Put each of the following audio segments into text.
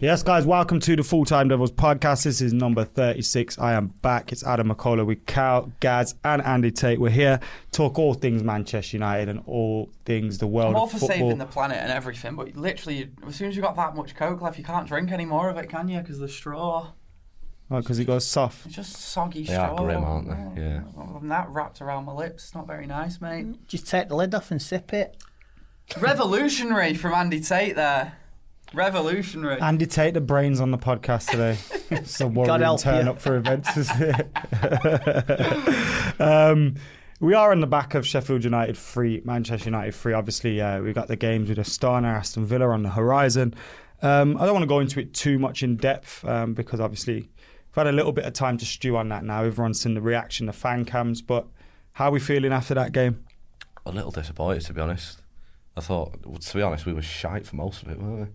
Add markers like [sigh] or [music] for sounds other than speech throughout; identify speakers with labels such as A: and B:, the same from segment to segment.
A: Yes, guys, welcome to the Full Time Devils podcast. This is number 36. I am back. It's Adam McCullough with Cal, Gaz, and Andy Tate. We're here talk all things Manchester United and all things the world
B: I'm all
A: of
B: for
A: football.
B: saving the planet and everything, but literally, as soon as you've got that much Coke left, you can't drink any more of it, can you? Because the straw,
A: Because it goes soft.
B: it's just soggy
C: They are
D: Oh,
B: straw.
C: grim, aren't they? Yeah.
B: Other than that wrapped around my lips, it's not very nice, mate.
D: Just take the lid off and sip it.
B: Revolutionary from Andy Tate there. Revolutionary.
A: Andy Tate, the brains on the podcast
D: [laughs]
A: today. it's a
D: God
A: worrying
D: help
A: turn
D: you.
A: up for events, is [laughs] um, we are on the back of Sheffield United free, Manchester United free. Obviously, uh, we've got the games with Astana, Aston Villa on the horizon. Um, I don't want to go into it too much in depth um, because obviously we've had a little bit of time to stew on that now. Everyone's seen the reaction, the fan cams, but how are we feeling after that game?
C: A little disappointed, to be honest. I thought, well, to be honest, we were shite for most of it, weren't we?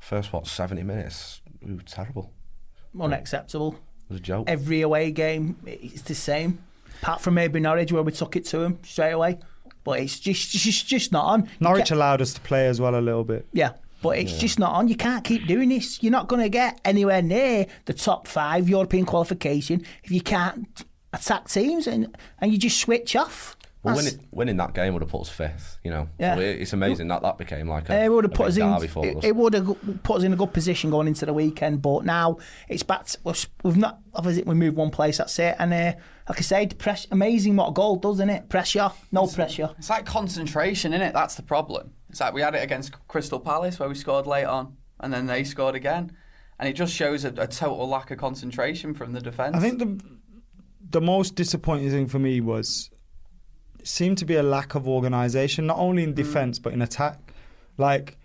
C: First, what, 70 minutes? We were terrible.
D: Unacceptable.
C: It was a joke.
D: Every away game, it's the same. Apart from maybe Norwich, where we took it to them straight away. But it's just, it's just, just not on. You
A: Norwich
D: ca-
A: allowed us to play as well a little bit.
D: Yeah. But it's just not on. You can't keep doing this. You're not going to get anywhere near the top five European qualification if you can't attack teams and, and you just switch off.
C: well,
D: That's-
C: winning, winning that game would have put us fifth, you know.
D: Yeah.
C: So it, it's amazing that that became like
D: Uh,
C: a,
D: it would have
C: a
D: put
C: big
D: us
C: derby for
D: in. It,
C: us.
D: it would have put us in a good position going into the weekend. But now it's back. To, we've- we've not. Obviously, we moved one place. That's it. And uh, like I said, press, amazing what a goal does, isn't it? Pressure, no pressure.
B: It's like concentration, innit? That's the problem. It's like we had it against Crystal Palace where we scored late on and then they scored again. And it just shows a, a total lack of concentration from the defence.
A: I think the the most disappointing thing for me was it seemed to be a lack of organisation, not only in defence but in attack. Like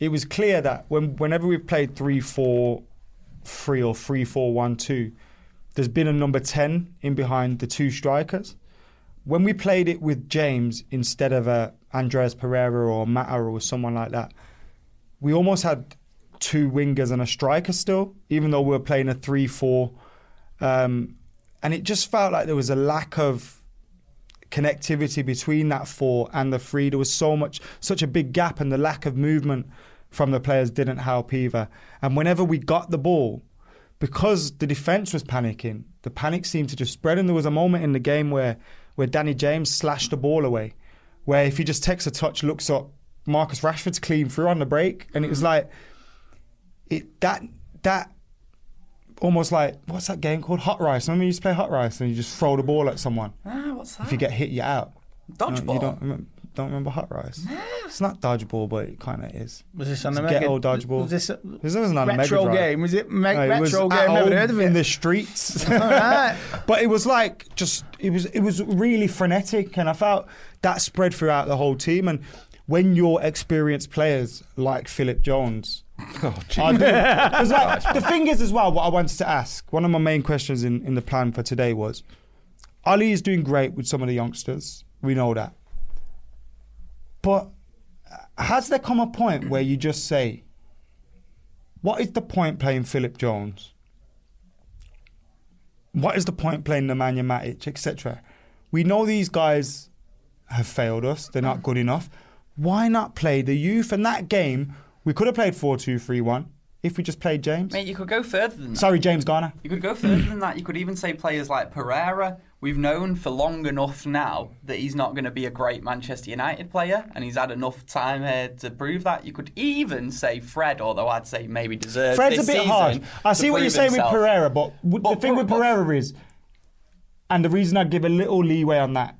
A: it was clear that when whenever we've played three four three or three four one two, there's been a number ten in behind the two strikers. When we played it with James instead of uh, Andres Pereira or Mata or someone like that, we almost had two wingers and a striker still, even though we were playing a 3 4. Um, and it just felt like there was a lack of connectivity between that four and the three. There was so much, such a big gap, and the lack of movement from the players didn't help either. And whenever we got the ball, because the defence was panicking, the panic seemed to just spread. And there was a moment in the game where, where Danny James slashed the ball away, where if he just takes a touch, looks up, Marcus Rashford's clean through on the break, and it was like it that that almost like what's that game called? Hot rice. Remember you used to play hot rice and you just throw the ball at someone.
B: ah, what's that?
A: If you get hit, you're out. No,
B: Dodgeball.
A: you don't remember, don't remember hot rice. It's not dodgeball, but it kind of is.
D: Was this on
A: It's
D: the
A: get
D: Mega-
A: old dodgeball.
D: was this a-
A: this wasn't on a Mega
D: retro
A: Drive.
D: game? Was it me-
A: No, it was
D: retro
A: at
D: game? Never
A: home
D: heard of it.
A: in the
D: [laughs]
A: streets.
D: Alright.
A: [laughs] but it was like just it was it was really frenetic, and I felt that spread throughout the whole team. And when your experienced players like Philip Jones
C: [laughs] Oh, gee.
A: I do. 'Cause,
C: [laughs]
A: like, the thing is, as well, what I wanted to ask, one of my main questions in, in the plan for today was Ali is doing great with some of the youngsters. We know that. But has there come a point where you just say, what is the point playing Philip Jones? What is the point playing Nemanja Matic, etc.? We know these guys have failed us. They're not good enough. Why not play the youth? And that game, we could have played 4 2 3 1 if we just played James.
B: Mate, you could go further than that.
A: Sorry, James Garner.
B: You could go further than that. You could even say players like Pereira. We've known for long enough now that he's not going to be a great Manchester United player, and he's had enough time here to prove that. You could even say Fred, although I'd say maybe deserves.
A: Fred's a
B: this
A: bit
B: season
A: hard. I
B: to
A: see what
B: prove
A: you're saying
B: himself.
A: with Pereira, but, w the
B: But
A: thing
B: Pe-
A: with
B: but-
A: Pereira is, and the reason I give a little leeway on that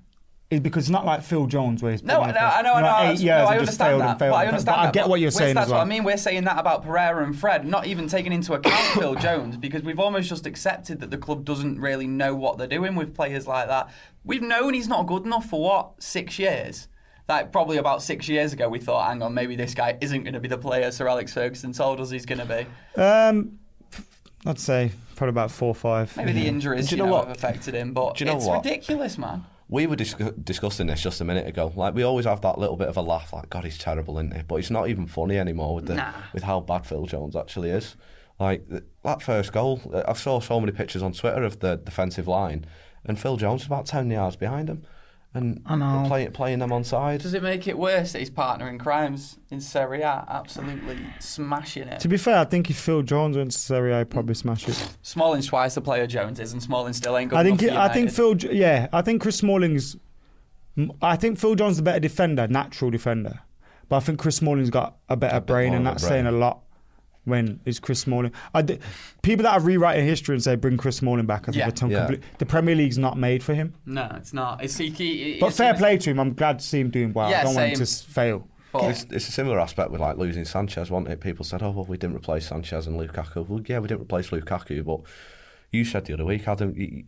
A: is because it's not like Phil Jones where he's
B: No, I
A: been
B: know,
A: there for,
B: I know, I
A: you
B: know.
A: eight
B: that's-
A: years
B: no, I
A: and just failed
B: understand that.
A: and failed.
B: but I
A: and failed.
B: understand
A: But
B: that.
A: I get
B: but
A: what you're
B: which-
A: saying
B: That's
A: as well.
B: what I mean. We're saying that about Pereira and Fred, not even taking into account Phil [coughs] Jones, because we've almost just accepted that the club doesn't really know what they're doing with players like that. We've known he's not good enough for what six years. Like probably about six years ago, we thought, hang on, maybe this guy isn't going to be the player Sir Alex Ferguson told us he's going to be.
A: Um, I'd say probably about four or five.
B: Maybe the injuries
C: Do
B: you
C: you
B: know,
C: know what?
B: have affected him, but
C: Do you know
B: it's
C: what?
B: ridiculous, man.
C: We were dis- discussing this just a minute ago. Like we always have that little bit of a laugh, like God, he's terrible, isn't he? But it's not even funny anymore with the,
B: Nah.
C: with how bad Phil Jones actually is. Like th- that first goal, uh, I saw so many pictures on Twitter of the defensive line, and Phil Jones was about ten yards behind him, and I know. Play, playing them on side.
B: Does it make it worse that his partner in crimes in Serie A absolutely smashing it?
A: To be fair, I think if Phil Jones went to Serie A, he'd probably smash it.
B: Smalling twice the player Jones is, and Smalling still ain't good
A: I think
B: enough.
A: it,
B: for
A: I think
B: United.
A: Phil. Jo- Yeah, I think Chris Smalling's. m- I think Phil John's the better defender, natural defender, but I think Chris Smalling's got a better
C: bit
A: brain,
C: more
A: and
C: of a
A: that's saying a
C: brain.
A: lot. When it's Chris Smalling, I d- people that are rewriting history and say bring Chris Smalling back, I think
B: Yeah.
A: are tongue
C: Yeah.
A: complete- the Premier League's not made for him.
B: No, it's not. It's he, he,
A: But
B: it's-
A: fair play to him, I'm glad to see him doing well. I
B: Yeah,
A: don't want him
B: same.
A: to s- fail.
B: but
C: It's, it's a similar aspect with like losing Sanchez, wasn't it? People said, "Oh, well, we didn't replace Sanchez and Lukaku." Well, yeah, we didn't replace Lukaku, but you said the other week, Adam, you,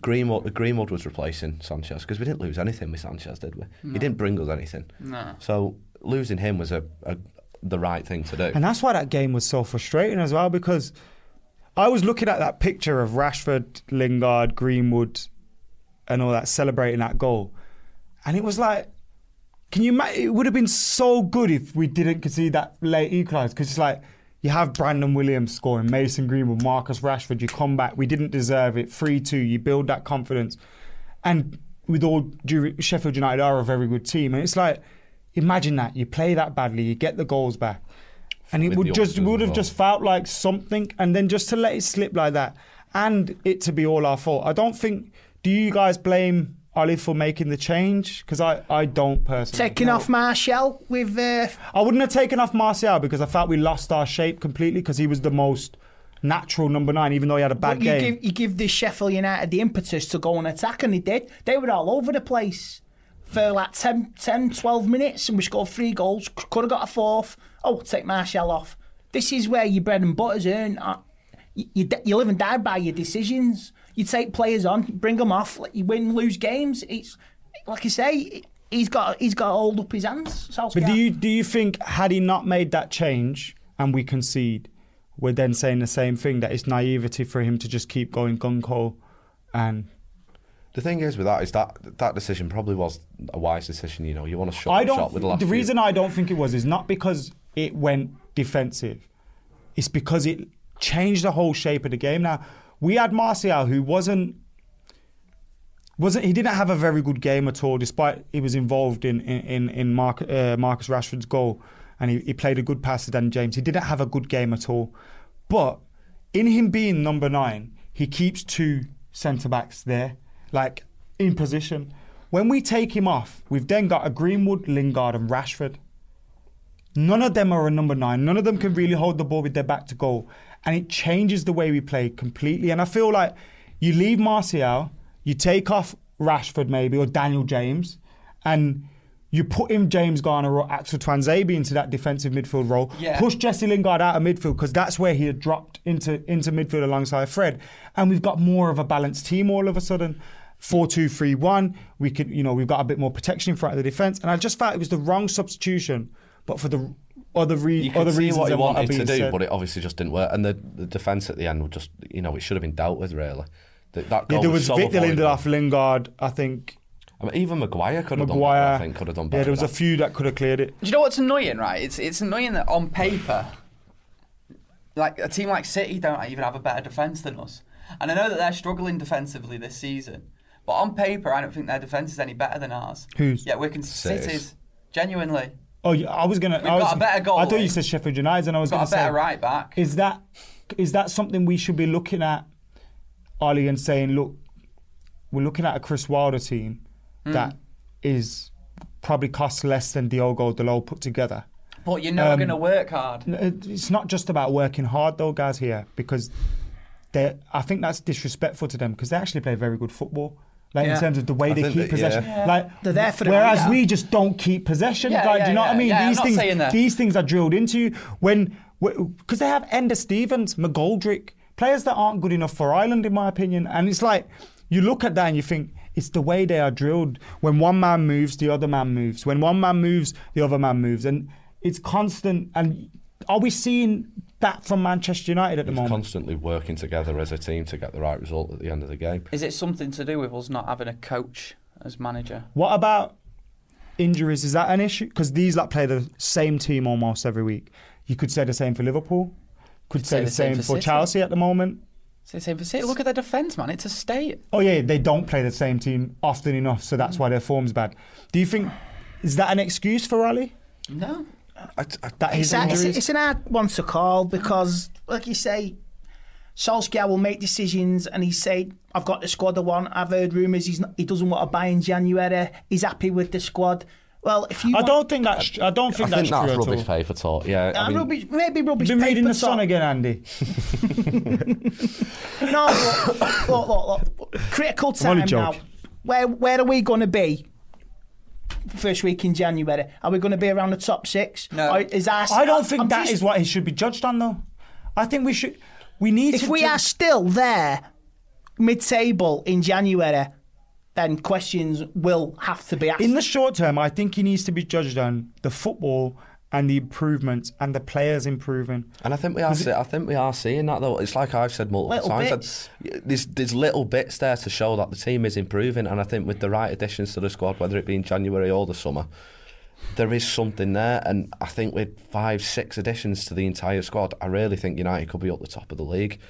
C: Greenwood, Greenwood was replacing Sanchez because we didn't lose anything with Sanchez, did we? He didn't bring us anything.
B: No.
C: So losing him was a, a the right thing to do.
A: And that's why that game was so frustrating as well because I was looking at that picture of Rashford, Lingard, Greenwood, and all that celebrating that goal, and it was like, can you? ma- It would have been so good if we didn't concede that late equaliser because it's like. You have Brandon Williams scoring, Mason Greenwood, Marcus Rashford. You come back. We didn't deserve it. Three-two. You build that confidence, and with all due, Sheffield United are a very good team. And it's like, imagine that you play that badly, you get the goals back, and it
C: With
A: would
C: the
A: just
C: options
A: would
C: as
A: have
C: well.
A: just felt like something, and then just to let it slip like that, and it to be all our fault. I don't think. Do you guys blame Ollie for making the change? Because I, I don't personally.
D: Taking off Marshall with uh,
A: I wouldn't have taken off Martial because I felt we lost our shape completely because he was the most natural number nine, even though he had a bad
D: But you
A: game.
D: give you give this Sheffield United the impetus to go and attack, and they did. They were all over the place for like 10, 10 12 minutes, and we scored three goals. C- Could have got a fourth. Oh, take Marshall off. This is where your bread and butter's earned. Uh, You, you, d- you live and die by your decisions. You take players on, bring them off. like, You win, lose games. It's like I say, he's got he's got hold up his hands. Solskjaer.
A: But do you do you think had he not made that change and we concede, we're then saying the same thing that it's naivety for him to just keep going gung ho, and
C: the thing is with that is that that decision probably was a wise decision. You know, you want to shut
A: I
C: the
A: don't.
C: shot with the last.
A: the
C: few-
A: reason I don't think it was is not because it went defensive. It's because it changed the whole shape of the game. Now we had Martial, who wasn't wasn't he didn't have a very good game at all, despite he was involved in in in, in Mark, uh, Marcus Rashford's goal, and he, he played a good pass to Dan James. He didn't have a good game at all, but in him being number nine, he keeps two centre backs there, like in position. When we take him off, we've then got a Greenwood, Lingard, and Rashford. None of them are a number nine. None of them can really hold the ball with their back to goal. And it changes the way we play completely. And I feel like you leave Martial, you take off Rashford maybe or Daniel James, and you put in James Garner or Axel Twanzebe into that defensive midfield role.
B: Yeah.
A: Push Jesse Lingard out of midfield because that's where he had dropped into, into midfield alongside Fred. And we've got more of a balanced team all of a sudden. 4-2-3-1. We could, you know, we've got a bit more protection in front of the defense, and I just felt it was the wrong substitution, but for the other
C: you
A: re-
C: could
A: other
C: see
A: reasons
C: what he
A: than what are
C: wanted to
A: being
C: do,
A: said.
C: but it obviously just didn't work. And the, the defence at the end would just, you know, it should have been dealt with really. That, that
A: Yeah,
C: goal
A: there was
C: so
A: Victor
C: avoidable.
A: Lindelof, Lingard, I think
C: I mean, even Maguire could have done better. I
A: Maguire.
C: think could have done better.
A: yeah, there was a
C: than that.
A: few that could have cleared it.
B: Do you know what's annoying, right? It's it's annoying that on paper, like a team like City don't even have a better defence than us. And I know that they're struggling defensively this season, but on paper, I don't think their defence is any better than ours.
A: Whose?
B: Yeah, we're cons-
C: City's.
B: City's. Genuinely.
A: Oh, yeah, I was gonna.
B: We've
A: I was,
B: got a better goal.
A: I
C: eh?
A: thought you said Sheffield United, and I was
B: Got
A: gonna
B: a
A: say,
B: better right back.
A: is that is that something we should be looking at, Ollie, and saying, look, we're looking at a Chris Wilder team
C: Hmm.
A: that is probably costs less than Diogo Dalot put together.
B: But you're never
A: um,
B: going to work hard.
A: N- it- It's not just about working hard though, guys. Here because they, I think that's disrespectful to them because they actually play very good football. Like
D: Yeah.
A: in terms of the way
C: I
A: they
C: think
A: keep
C: that-
A: possession.
C: yeah.
A: Like
D: They're there for the
A: whereas
D: readout.
A: we just don't keep possession.
B: Yeah,
A: like, do
B: yeah,
A: you know what I
B: yeah.
A: mean?
B: Yeah, I'm
A: these
B: not
A: things,
B: saying that.
A: these things are drilled into you when because they have Ender Stevens, McGoldrick, players that aren't good enough for Ireland, in my opinion. And it's like you look at that and you think. It's the way they are drilled. When one man moves, the other man moves. When one man moves, the other man moves. And it's constant. And are we seeing that from Manchester United at the moment?
C: constantly working together as a team to get the right result at the end of the game.
B: Is it something to do with us not having a coach as manager?
A: What about injuries? Is that an issue? Because these like play the same team almost every week. You could say the same for Liverpool. Could, say, the same, for,
B: City.
A: Chelsea at the moment.
B: Is it the same for City? Look at their defence, man. It's a state.
A: Oh yeah, they don't play the same team often enough, so
D: Mm.
A: that's why their form's bad. Do you think is that an excuse for Ali?
B: No.
C: I, I,
A: That his
D: It's, a, it's,
A: injuries.
D: a- it's an hard one to call because, like you say, Solskjaer will make decisions and he say, I've got the squad I want. I've heard rumours he's not, he doesn't want to buy in January. He's happy with the squad. Well, if you
A: I
D: want,
A: don't think that's. I don't think
C: I
A: that's
C: think that's
A: true at all.
C: rubbish paper talk. Yeah,
D: Uh,
C: I mean,
D: rubbish, maybe rubbish
A: Been reading
D: paper
A: the Sun
D: talk.
A: again, Andy.
D: No, look, look, look, look. Critical
A: only
D: time now.
A: joking.
D: Where where are we going to be? First week in January, are we going to be around the top six?
B: No.
D: Or is our,
A: I don't think
D: I'm
A: that is
D: just-
A: what he should be judged on, though. I think we should. We need
D: If
A: to.
D: we
A: ju-
D: are still there, mid-table in January, then questions will have to be asked.
A: In the short term, I think he needs to be judged on the football and the improvements and the players improving.
C: And I think we are. See, I think we are seeing that though. It's like I've said multiple
D: Little
C: times.
D: bits.
C: that There's there's little bits there to show that the team is improving, and I think with the right additions to the squad, whether it be in January or the summer, there is something there. And I think with five, six additions to the entire squad, I really think United could be up the top of the league.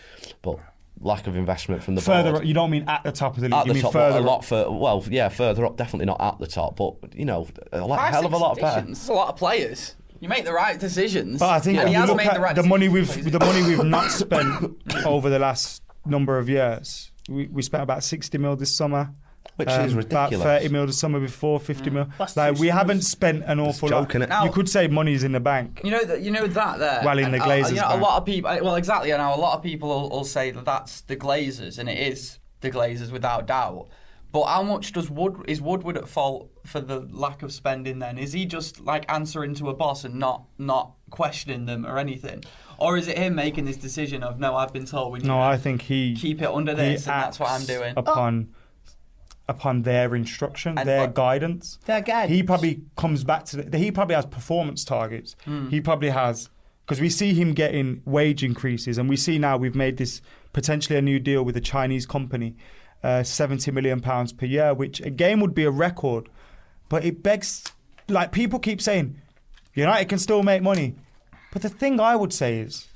C: But lack of investment from the
A: Further,
C: board,
A: you don't mean at the top of the league.
C: at
A: you
C: the
A: mean
C: top,
A: further.
C: a lot for well, yeah, further up, definitely not at the top, but you know, a lot, hell of a lot better.
B: It's a lot of players. You make the right decisions.
A: But I think
B: and
A: when
B: he
A: you
B: has
A: look
B: made
A: at
B: the right
A: money
B: decisions.
A: we've the money we've
B: [laughs]
A: not spent over the last number of years. We, we spent about sixty mil this summer. um,
C: Which is ridiculous.
A: About thirty mil the summer before, fifty
B: Mm.
A: mil.
D: That's
A: like
D: two
A: we
D: summers.
A: haven't spent an awful lot.
C: joke, innit?
A: You could say money's in the bank.
B: You know that you know that there.
A: Well, in
B: and
A: the
B: a-
A: Glazers'
B: you know, a
A: bank.
B: lot of people. uh, Well, exactly. And now a lot of people will, will say that that's the Glazers, and it is the Glazers without doubt. But how much does Wood is Woodward at fault for the lack of spending? Then is he just like answering to a boss and not not questioning them or anything, or is it him making this decision of no, I've been told we need
A: No,
B: to
A: I think he
B: keep it under
A: he
B: this, and that's what I'm
A: acts
B: doing.
A: Upon upon their instruction,
B: And
A: their
B: what-
A: guidance.
D: Their guidance.
A: He probably comes back to the, he probably has performance targets.
B: Hmm.
A: He probably has because we see him getting wage increases, and we see now we've made this potentially a new deal with a Chinese company, uh, seventy million pounds per year, which again would be a record. But it begs, like people keep saying, United can still make money. But the thing I would say is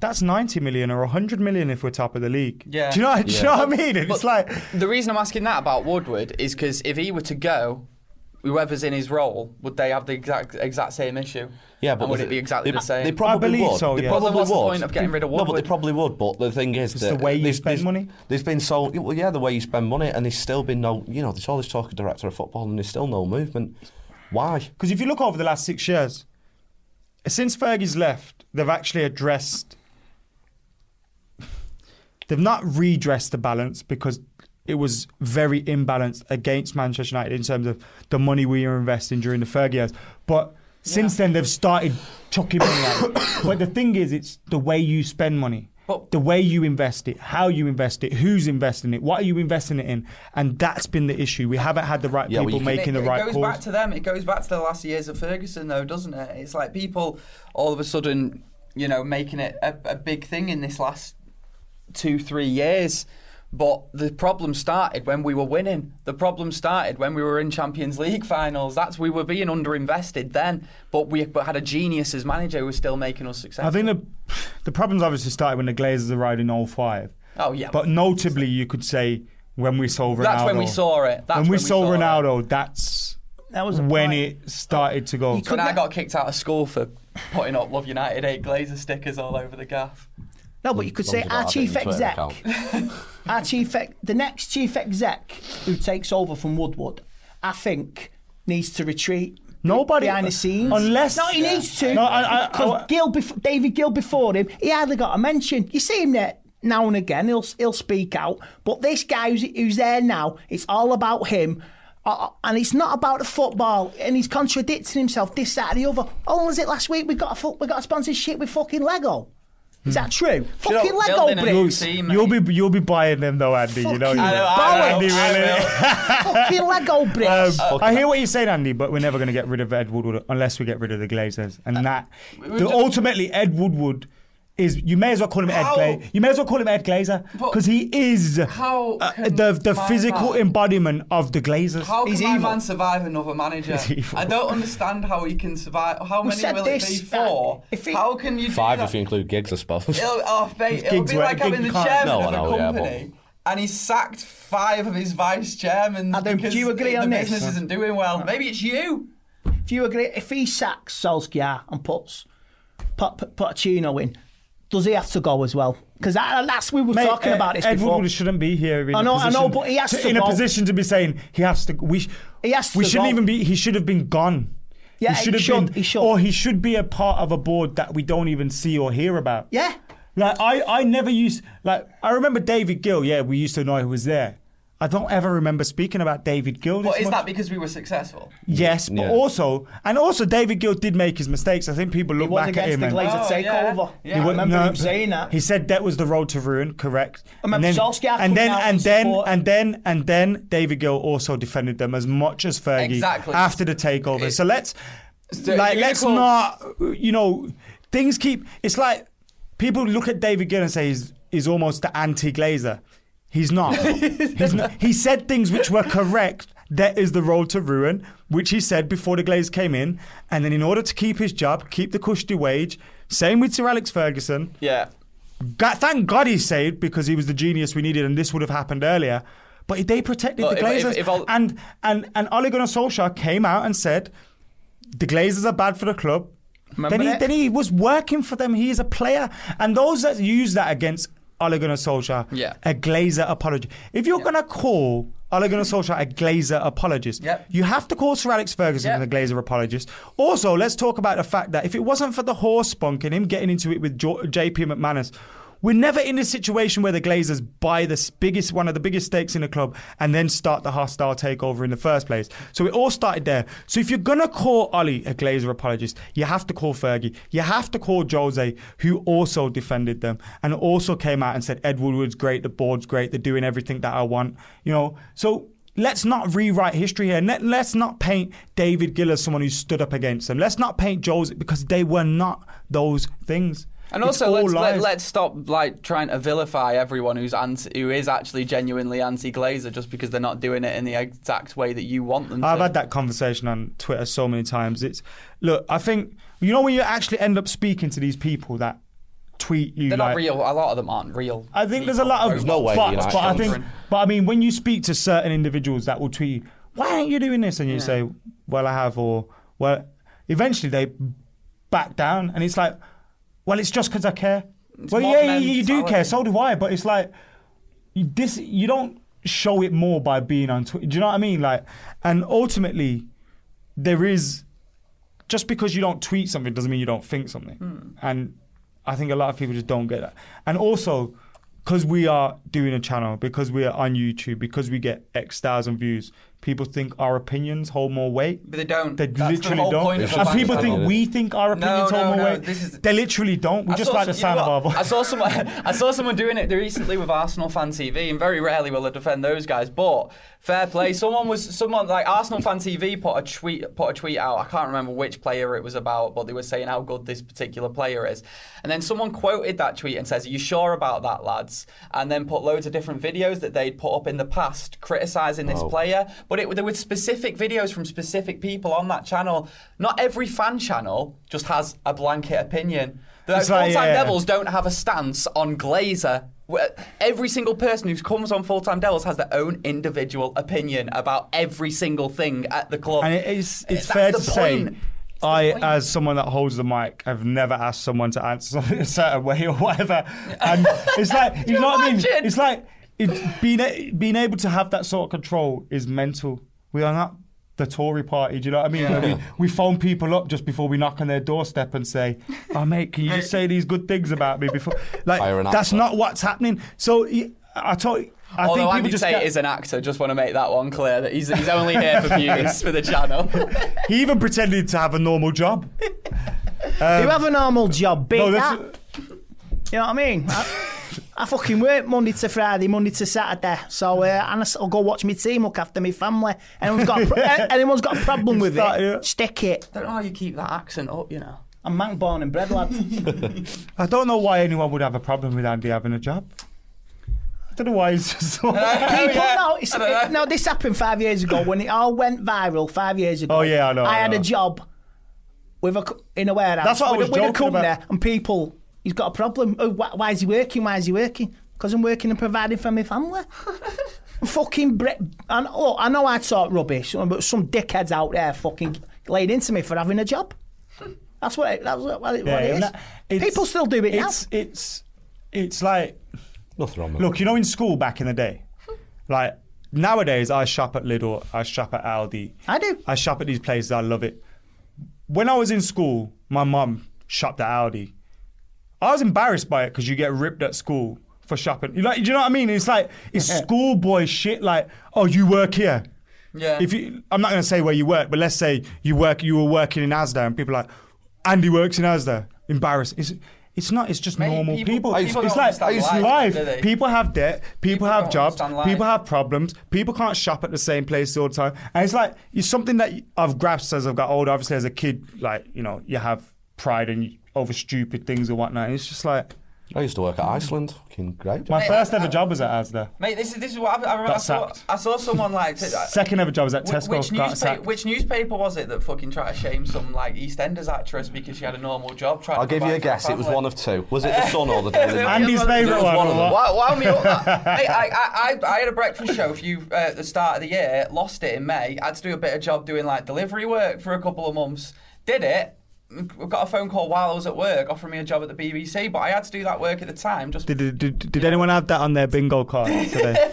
A: that's 90 million or 100 million if we're top of the league.
B: Yeah.
A: Do you know, do you know what I mean? And
B: But
A: it's like,
B: the reason I'm asking that about Woodward is because if he were to go, whoever's in his role, would they have the exact exact same issue?
C: Yeah, but
B: and would
C: was
B: it be exactly
C: they-
B: the same?
C: They probably
A: I believe
C: would.
A: so,
C: They
A: yeah.
C: probably
B: Well, then what's the
C: would.
B: point of getting rid of
C: No, but
B: Woodward?
C: they probably would. But the thing is,
A: It's
C: that
A: the way you
C: there's-
A: spend
C: there's-
A: money.
C: There's been so well, yeah, the way you spend money, and there's still been no, you know, there's all this talk of director of football, and there's still no movement. Why?
A: because if you look over the last six years, since Fergie's left, they've actually addressed, they've not redressed the balance because it was very imbalanced against Manchester United in terms of the money we are investing during the Fergie years. But since then, they've started chucking money out.
B: [coughs]
A: but the thing is, it's the way you spend money.
B: But-
A: the way you invest it, how you invest it, who's investing it, what are you investing it in, and that's been the issue. We haven't had the right
C: Yeah, well,
A: people
C: you can-
A: making
B: it,
A: the
B: it
A: right
B: goes
A: calls.
B: back to them. It goes back to the last years of Ferguson, though, doesn't it? It's like people all of a sudden, you know, making it a, a big thing in this last two, three years. But the problem started when we were winning. The problem started when we were in Champions League finals. That's we were being underinvested then. But we but had a genius as manager who was still making us successful.
A: I think the the problems obviously started when the Glazers arrived in 05.
B: Oh, yeah.
A: But notably, you could say when we saw Ronaldo.
B: That's when we saw it. That's
A: when we, saw,
B: it.
A: Ronaldo, that's
D: That was a
A: when
D: point.
A: it started to go.
D: You
B: When
D: could-
B: I got kicked out of school for putting up Love United eight Glazer stickers all over the gaff.
D: No, but you could say
C: As long as
D: our
C: I've got it
D: chief
C: in Twitter
D: exec,
C: account.
D: [laughs] our chief, ex- the next chief exec who takes over from Woodward, I think needs to retreat.
A: Nobody-
D: behind the scenes,
A: unless-
D: no, he needs to.
A: No, I- I-
D: 'Cause
A: I-
D: Gill before, David Gill before him, he either got a mention. You see him there now and again. He'll he'll speak out, but this guy who's, who's there now, it's all about him. Uh, and it's not about the football, and he's contradicting himself this, that, and the other. Oh, was it last week? We got a fu- we got a sponsorship with fucking Lego. Is that true? Fucking
B: know,
D: Lego
B: building a new
D: bricks.
B: team,
A: You'll
B: mate.
A: be you'll be buying them though, Andy. You know,
D: Fucking
B: I know,
A: you.
B: I know,
A: Andy,
B: I
A: really.
B: know.
C: [laughs]
A: [laughs]
D: fucking Lego bricks.
B: Uh,
A: Um, I hear what you're saying, Andy, but we're never going to get rid of Ed Woodward unless we get rid of the Glazers,
B: Uh,
A: and that the, ultimately Ed Woodward is. You may as well call him Ed
B: How?
A: Glazer. You may as well call him Ed Glazer
B: But
A: because he is
B: how
A: uh,
B: can
A: the the
B: my
A: physical
B: man-
A: embodiment of the Glazers.
B: How can
D: He's
B: my
D: evil.
B: man survive another manager?
A: evil.
B: I don't understand how he can survive. How many
D: said
B: will
D: this,
B: it be four?
D: uh, if he-
B: how can you do
C: Five
B: that?
C: if you include gigs, I suppose.
B: It'll, oh, mate, it'll
A: gigs
B: be
A: were-
B: like
A: gig
B: having the
A: can't-
B: chairman
C: No, I
B: of a
C: know, yeah, but-
B: company. And he sacked five of his vice chairmen
D: Adam, do
B: because
D: you agree
B: the
D: on this?
B: business isn't doing well. Maybe it's you.
D: Do you agree? If he sacks Solskjaer and puts put, put, put Chino in, does he have to go as well? Because that, that's we were
A: Mate,
D: talking
A: Ed-
D: about this
A: Ed
D: before.
A: Woodward shouldn't be here. In
D: I know-
A: a
D: I
A: position
D: know, but he has to
A: in a
D: go.
A: position to be saying he has to. We sh-
D: He has
A: We
D: to
A: shouldn't
D: go.
A: even be. He should have been gone.
D: Yeah,
A: he
D: he
A: should have
D: should,
A: been,
D: he should.
A: or he should be a part of a board that we don't even see or hear about.
D: Yeah.
A: Like I, I never used like I remember David Gill. Yeah, we used to know who was there. I don't ever remember speaking about David Gill. This
B: But is
A: much.
B: that because we were successful?
A: yes, but
C: Yeah.
A: also and also David Gill did make his mistakes. I think people look
D: He was
A: back at
D: against
A: him.
D: the
A: and-
D: Glazer
B: Oh, yeah.
D: takeover.
B: He
D: I
B: wa-
D: remember
A: no,
D: him saying that.
A: He said that was the road to ruin, correct?
D: I remember Solskjaer
A: and then
D: coming out
A: and
D: in
A: then
D: support.
A: and then and then David Gill also defended them as much as Fergie
B: Exactly.
A: after the takeover. so let's
B: So
A: like
B: you're
A: let's
B: gonna
A: not you know things keep it's like people look at David Gill and say he's he's almost the anti Glazer. He's not. He's not. He said things which were correct. That is the road to ruin, which he said before the Glaze came in. And then, in order to keep his job, keep the cushy wage, same with Sir Alex Ferguson.
B: Yeah.
A: Ga- thank God he saved because he was the genius we needed, and this would have happened earlier. But they protected
B: Well,
A: the
B: if- if-
A: Glazers,
B: if I'll-
A: and and and Ole Gunnar Solskjaer came out and said the Glazers are bad for the club.
D: Remember
A: then he
D: that?
A: then he was working for them. He is a player, and those that use that against Ole Gunnar Solskjaer,
B: Yeah.
A: a Glazer apology. If you're gonna call Ole Gunnar Solskjaer a Glazer apologist,
B: Yep.
A: you have to call Sir Alex Ferguson
B: Yep.
A: a Glazer apologist. Also, let's talk about the fact that if it wasn't for the horse spunk and him getting into it with Jo- JP McManus, we're never in a situation where the Glazers buy the s- biggest one of the biggest stakes in the club and then start the hostile takeover in the first place. So it all started there. So if you're gonna call Ollie a Glazer apologist, you have to call Fergie, you have to call Jose, who also defended them and also came out and said Ed Woodward's great, the board's great, they're doing everything that I want. You know, so let's not rewrite history here. Let, let's not paint David Gill as someone who stood up against them. Let's not paint Joel's because they were not those things.
B: And
A: It's
B: also,
A: all
B: let's,
A: lies.
B: let, let's stop like trying to vilify everyone who's anti, who is actually genuinely anti-Glazer just because they're not doing it in the exact way that you want them to.
A: I've had that conversation on Twitter so many times. It's look, I think you know when you actually end up speaking to these people that tweet you
B: They're
A: like
B: not real. A lot of them aren't real.
A: I think there's a lot of
B: There's
C: no way
A: but,
C: you're not
A: but I think,
B: children.
A: but I mean, when you speak to certain individuals that will tweet, you, "Why aren't you doing this?" and you say, "Well, I have," or "Well," eventually they back down, and it's like, "Well, it's just because I care." well,
B: mob
A: yeah, you, you do
B: mentality.
A: care, so do I. But it's like you, this, you don't show it more by being on Twitter. Do you know what I mean? Like, and ultimately, there is just because you don't tweet something doesn't mean you don't think something.
B: Hmm.
A: And I think a lot of people just don't get that. And also, because we are doing a channel, because we are on YouTube, because we get X thousand views, people think our opinions hold more weight.
B: But they don't.
A: They
B: That's the
A: literally
B: whole
A: don't.
B: point of the
A: and
B: bank
A: people
B: channel.
A: think we think our
B: No,
A: opinions
B: no,
A: hold more
B: no,
A: weight.
B: this is-
A: They literally don't. We
B: I
A: just
B: saw
A: like the sound
B: some- you know
A: of our
B: what? I
A: voice.
B: saw someone. I saw someone doing it recently with Arsenal fan TV, and very rarely will I defend those guys. But fair play. Someone was someone like Arsenal fan TV put a tweet put a tweet out. I can't remember which player it was about, but they were saying how good this particular player is. And then someone quoted that tweet and says, "Are you sure about that, lads?" And then put loads of different videos that they'd put up in the past criticizing
A: Oh.
B: this player. But it, there were specific videos from specific people on that channel. Not every fan channel just has a blanket opinion. The
A: It's like,
B: full-time
A: yeah.
B: Devils don't have a stance on Glazer. Wh- Every single person who comes on full-time Devils has their own individual opinion about every single thing at the club.
A: And it is, it's
B: That's
A: fair
B: the
A: to say,
B: point.
A: I,
B: point.
A: as someone that holds the mic, have never asked someone to answer [laughs] something a certain way or whatever. And it's
B: [laughs]
A: like, you, know what I mean?
B: imagine?
A: It's like it, being, a- being able to have that sort of control is mental. We are not the Tory party, do you know what I mean? Where We, we phone people up just before we knock on their doorstep and say, oh, mate, can you just say these good things about me before? Like,
C: Hire an
A: that's
C: actor.
A: not what's happening. So y- I, totally. I
B: Although
A: think
B: Andy
A: people just
B: Tate
A: get-
B: is an actor, just want to make that one clear that he's, he's only
A: [laughs]
B: here for views for the channel. [laughs]
A: he even pretended to have a normal job.
D: you have a normal job, big
A: um, No,
D: that.
A: that's-
D: You know what I mean? I, I fucking work Monday to Friday, Monday to Saturday. So, uh, and I s- I'll go watch my team, look after my family. Anyone's got
A: [laughs]
D: a pro- a- anyone's got a problem with
A: Start
D: it?
A: it.
D: Stick it.
B: don't know how you keep that accent up, you know.
D: I'm man born and
A: [laughs]
D: bred, lad.
A: I don't know why anyone would have a problem with Andy having a job. I don't know why he's just so. [laughs]
D: People,
B: yeah.
D: no, it's,
B: I don't know.
D: it- no, this happened five years ago when it all went viral. Five years ago.
A: Oh, yeah, I know, I
D: had
A: know.
D: a job with a co- in a warehouse.
A: That's what I was
D: with, a- with a
A: joking
D: company,
A: about.
D: and people. He's got a problem. Oh, why, why is he working? Why is he working? Because I'm working and providing for
A: [laughs]
D: my family. fucking Brit. And look, I know I talk rubbish, but some dickheads out there fucking laid into me for having
A: [laughs]
D: a job. That's what it, that's what it, what it
A: Yeah,
D: is.
A: and that- it's-
D: people still do it now.
A: It's it's it's like
C: Nothing wrong with
A: look, you know, in school back in the day, like nowadays, I shop at Lidl, I shop at Aldi,
D: I do.
A: I shop at these places. I love it. When I was in school, my mum shopped at Aldi. I was embarrassed by it because you get ripped at school for shopping. You like, do you know what I mean? It's like
B: [laughs]
A: it's schoolboy shit. Like, oh, you work here.
B: Yeah.
A: If you, I'm not going to say where you work, but let's say you work, you were working in ASDA, and people are like, Andy works in ASDA. Embarrassed. It's, it's not. It's just
B: Mate,
A: normal
B: people-
A: people.
B: people
A: it's
B: don't
A: like
B: understand
A: it's
B: life,
A: life.
B: do they?
A: People have debt. People,
B: People
A: have
B: don't
A: jobs.
B: understand life.
A: People have problems. People can't shop at the same place all the time. And it's like it's something that I've grasped as I've got older. Obviously, as a kid, like you know, you have pride and over stupid things and whatnot. And it's just like
C: I used to work at Iceland. Fucking great. job.
A: my first ever job was at ASDA.
B: Mate, this is this is what I, I remember. I
A: Got
B: saw,
A: sacked.
B: I saw
A: [laughs]
B: someone like t-
A: Second ever job was at
B: Wh-
A: Tesco.
B: Which,
A: got
B: newspaper,
A: sacked.
B: which newspaper was it that fucking tried to shame some like EastEnders actress because she had a normal job? Tried to
C: I'll give you
B: provide
C: a
B: for her
C: guess. It was
B: family?
C: one of two. Was [laughs] it the Sun or the Daily Mail?
A: Andy's
C: It was
A: favourite one.
C: of them.
B: Wow, wow me up.
A: [laughs]
B: Mate, I, I, I, I had a breakfast show for you uh, at the start of the year, lost it in May. I had to do a bit of job doing like delivery work for a couple of months. Did it. m- Got a phone call while I was at work offering me a job at the BBC, but I had to do that work at the time. Just
A: Did, did, did, did anyone have that on their bingo card
B: [laughs]
A: today?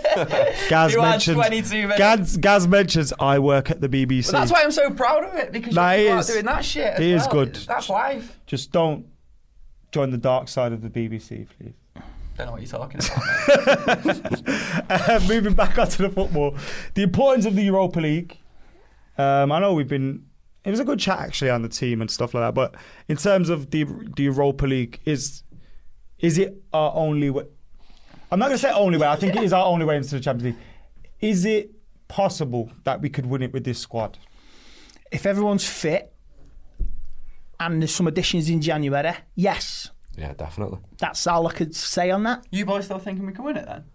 A: Gaz
B: You had
A: mentions.
B: 22 minutes.
A: Gaz, Gaz mentions. I work at the BBC.
B: But that's why I'm so proud of it because
A: Nah, it
B: you're
A: is-
B: doing that shit. as
A: it is
B: well.
A: good.
B: That's life.
A: Just don't join the dark side of the BBC, please.
B: Don't know what you're talking about. [laughs] mate.
A: Uh, [laughs] moving back onto the football, the importance of the Europa League. Um, I know we've been. It was a good chat actually on the team and stuff like that. But in terms of the the Europa League, is is it our only way? I'm not going to say only way. I think it is our only way into the Champions League. Is it possible that we could win it with this squad?
D: if everyone's fit and there's some additions in January, yes,
C: Yeah, definitely.
D: that's all I could say on that.
B: You boys still thinking we can win it then?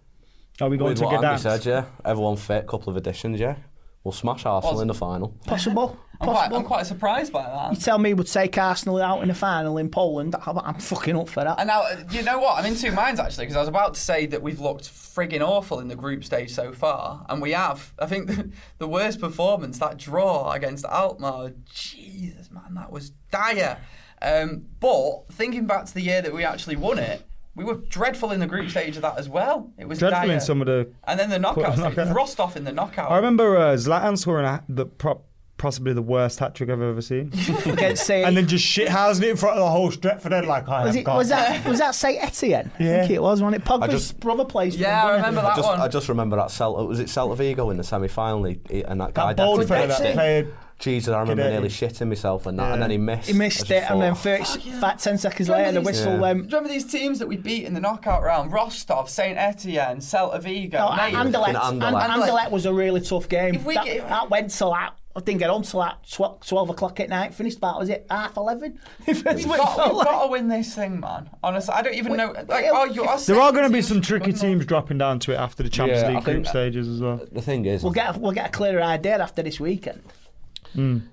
A: Are we going
C: With
A: to
C: what
A: get
C: Andy
A: that?
C: said, yeah. Everyone fit, couple of additions, yeah. We'll smash Arsenal in the final.
D: Possible.
B: I'm quite,
D: possible.
B: I'm quite surprised by that.
D: You tell me we'd take Arsenal out in the final in Poland. I'm, I'm fucking up for that.
B: And now, uh, you know what? I'm in two minds actually, because I was about to say that we've looked frigging awful in the group stage so far, and we have. I think the, the worst performance, that draw against Altmar, Jesus, man, that was dire. Um, but thinking back to the year that we actually won it, we were dreadful in the group stage of that as well. It was
A: Dreadful
B: dire.
A: in some of the
B: And then the knockout, stage,
A: knockout.
B: Rostov in the knockout.
A: I remember uh, Zlatan scoring a, the prop possibly the worst hat trick I've ever seen.
D: against say
A: and then just shithousing it in front of the whole Stretford end like I
D: was,
A: have
D: it,
A: got
D: was that was that say Etienne? I
A: Yeah.
D: think it was. Wasn't it Pogba's
C: just-
D: brother plays? for
B: Yeah, I
D: them, doesn't
B: remember
D: he?
B: that
C: I just,
B: one.
C: I just remember that Celta. Was it Celta Vigo in the semi-final? He, he- and that guy.
A: that bold fella
C: definitely missed
A: that
C: it.
A: played.
C: Jesus, I remember
A: Cadetti.
C: nearly shitting myself and that, and then he missed.
D: He
C: I
D: missed
C: just
D: it, and then
C: thought,
D: first, fat ten seconds later, the
B: Remember these-
D: whistle
C: Yeah.
B: Do
D: went.
B: you remember these teams that we beat in the knockout round? Rostov, Saint Etienne, Celta Vigo.
D: No,
B: mate.
D: Anderlecht.
C: Fucking
D: And-
C: Anderlecht.
D: Anderlecht was a really tough game.
B: If we
D: that,
B: get-
D: that went till that. I didn't get home till that 12, 12 o'clock at night. Finished about was it half eleven? [laughs] We've
B: We've got, we've got to win this thing, man. Honestly, I don't even know. Like, oh, you are
A: There are going to be
B: teams
A: some tricky
B: good luck.
A: teams dropping down to it after the Champions
C: Yeah, I
A: League
C: think
A: group
C: that-
A: stages as well.
C: The thing is,
D: We'll get a, we'll get a clearer idea after this weekend.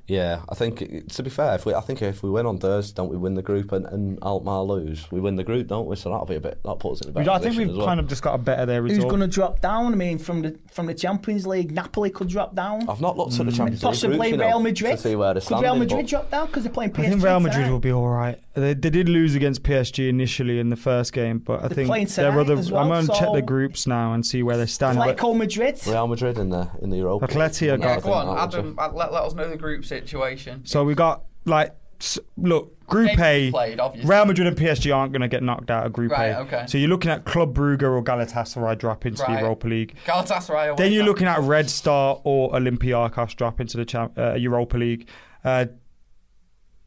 C: yeah, I think it- to be fair, if we, I think if we win on Thursday, don't we win the group and, and Altmar lose, we win the group, don't we? So that'll be a bit that puts us in a better
A: I think
C: position
A: we've
C: as well.
A: kind of just got a better there
D: Who's
A: result.
D: going to drop down? I mean, from the from the Champions League, Napoli could drop down.
C: I've not looked at the Champions League
D: Mm. Possibly
C: group, you know,
D: Real Madrid.
C: to see where they're
D: could
C: standing.
D: Real
C: but
D: Madrid drop down because they're playing PSG?
A: I think Real Madrid
D: tonight.
A: will be all right. They, they did lose against PSG initially in the first game, but I
D: playing
A: think their
D: tonight
A: other.
D: as well,
A: I'm going to check
D: so-
A: the groups now and see where they stand. but-
D: Atletico Madrid.
C: Real Madrid in the in the Europa. League,
A: Atleti are
C: I
A: gone.
B: Yeah,
C: think
B: go on,
C: that'll do.
B: Adam. uh, Let, let us know the group situation.
A: So we got like s- look Group
B: Games
A: A.
B: played, obviously.
A: Real Madrid and PSG aren't going to get knocked out of Group
B: Right,
A: A.
B: okay.
A: So you're looking at Club Brugge or Galatasaray drop into
B: Right.
A: the Europa League.
B: Galatasaray. away
A: Then you're
B: now.
A: looking at Red Star or Olympiacos drop into the Cham- uh, Europa League. Uh,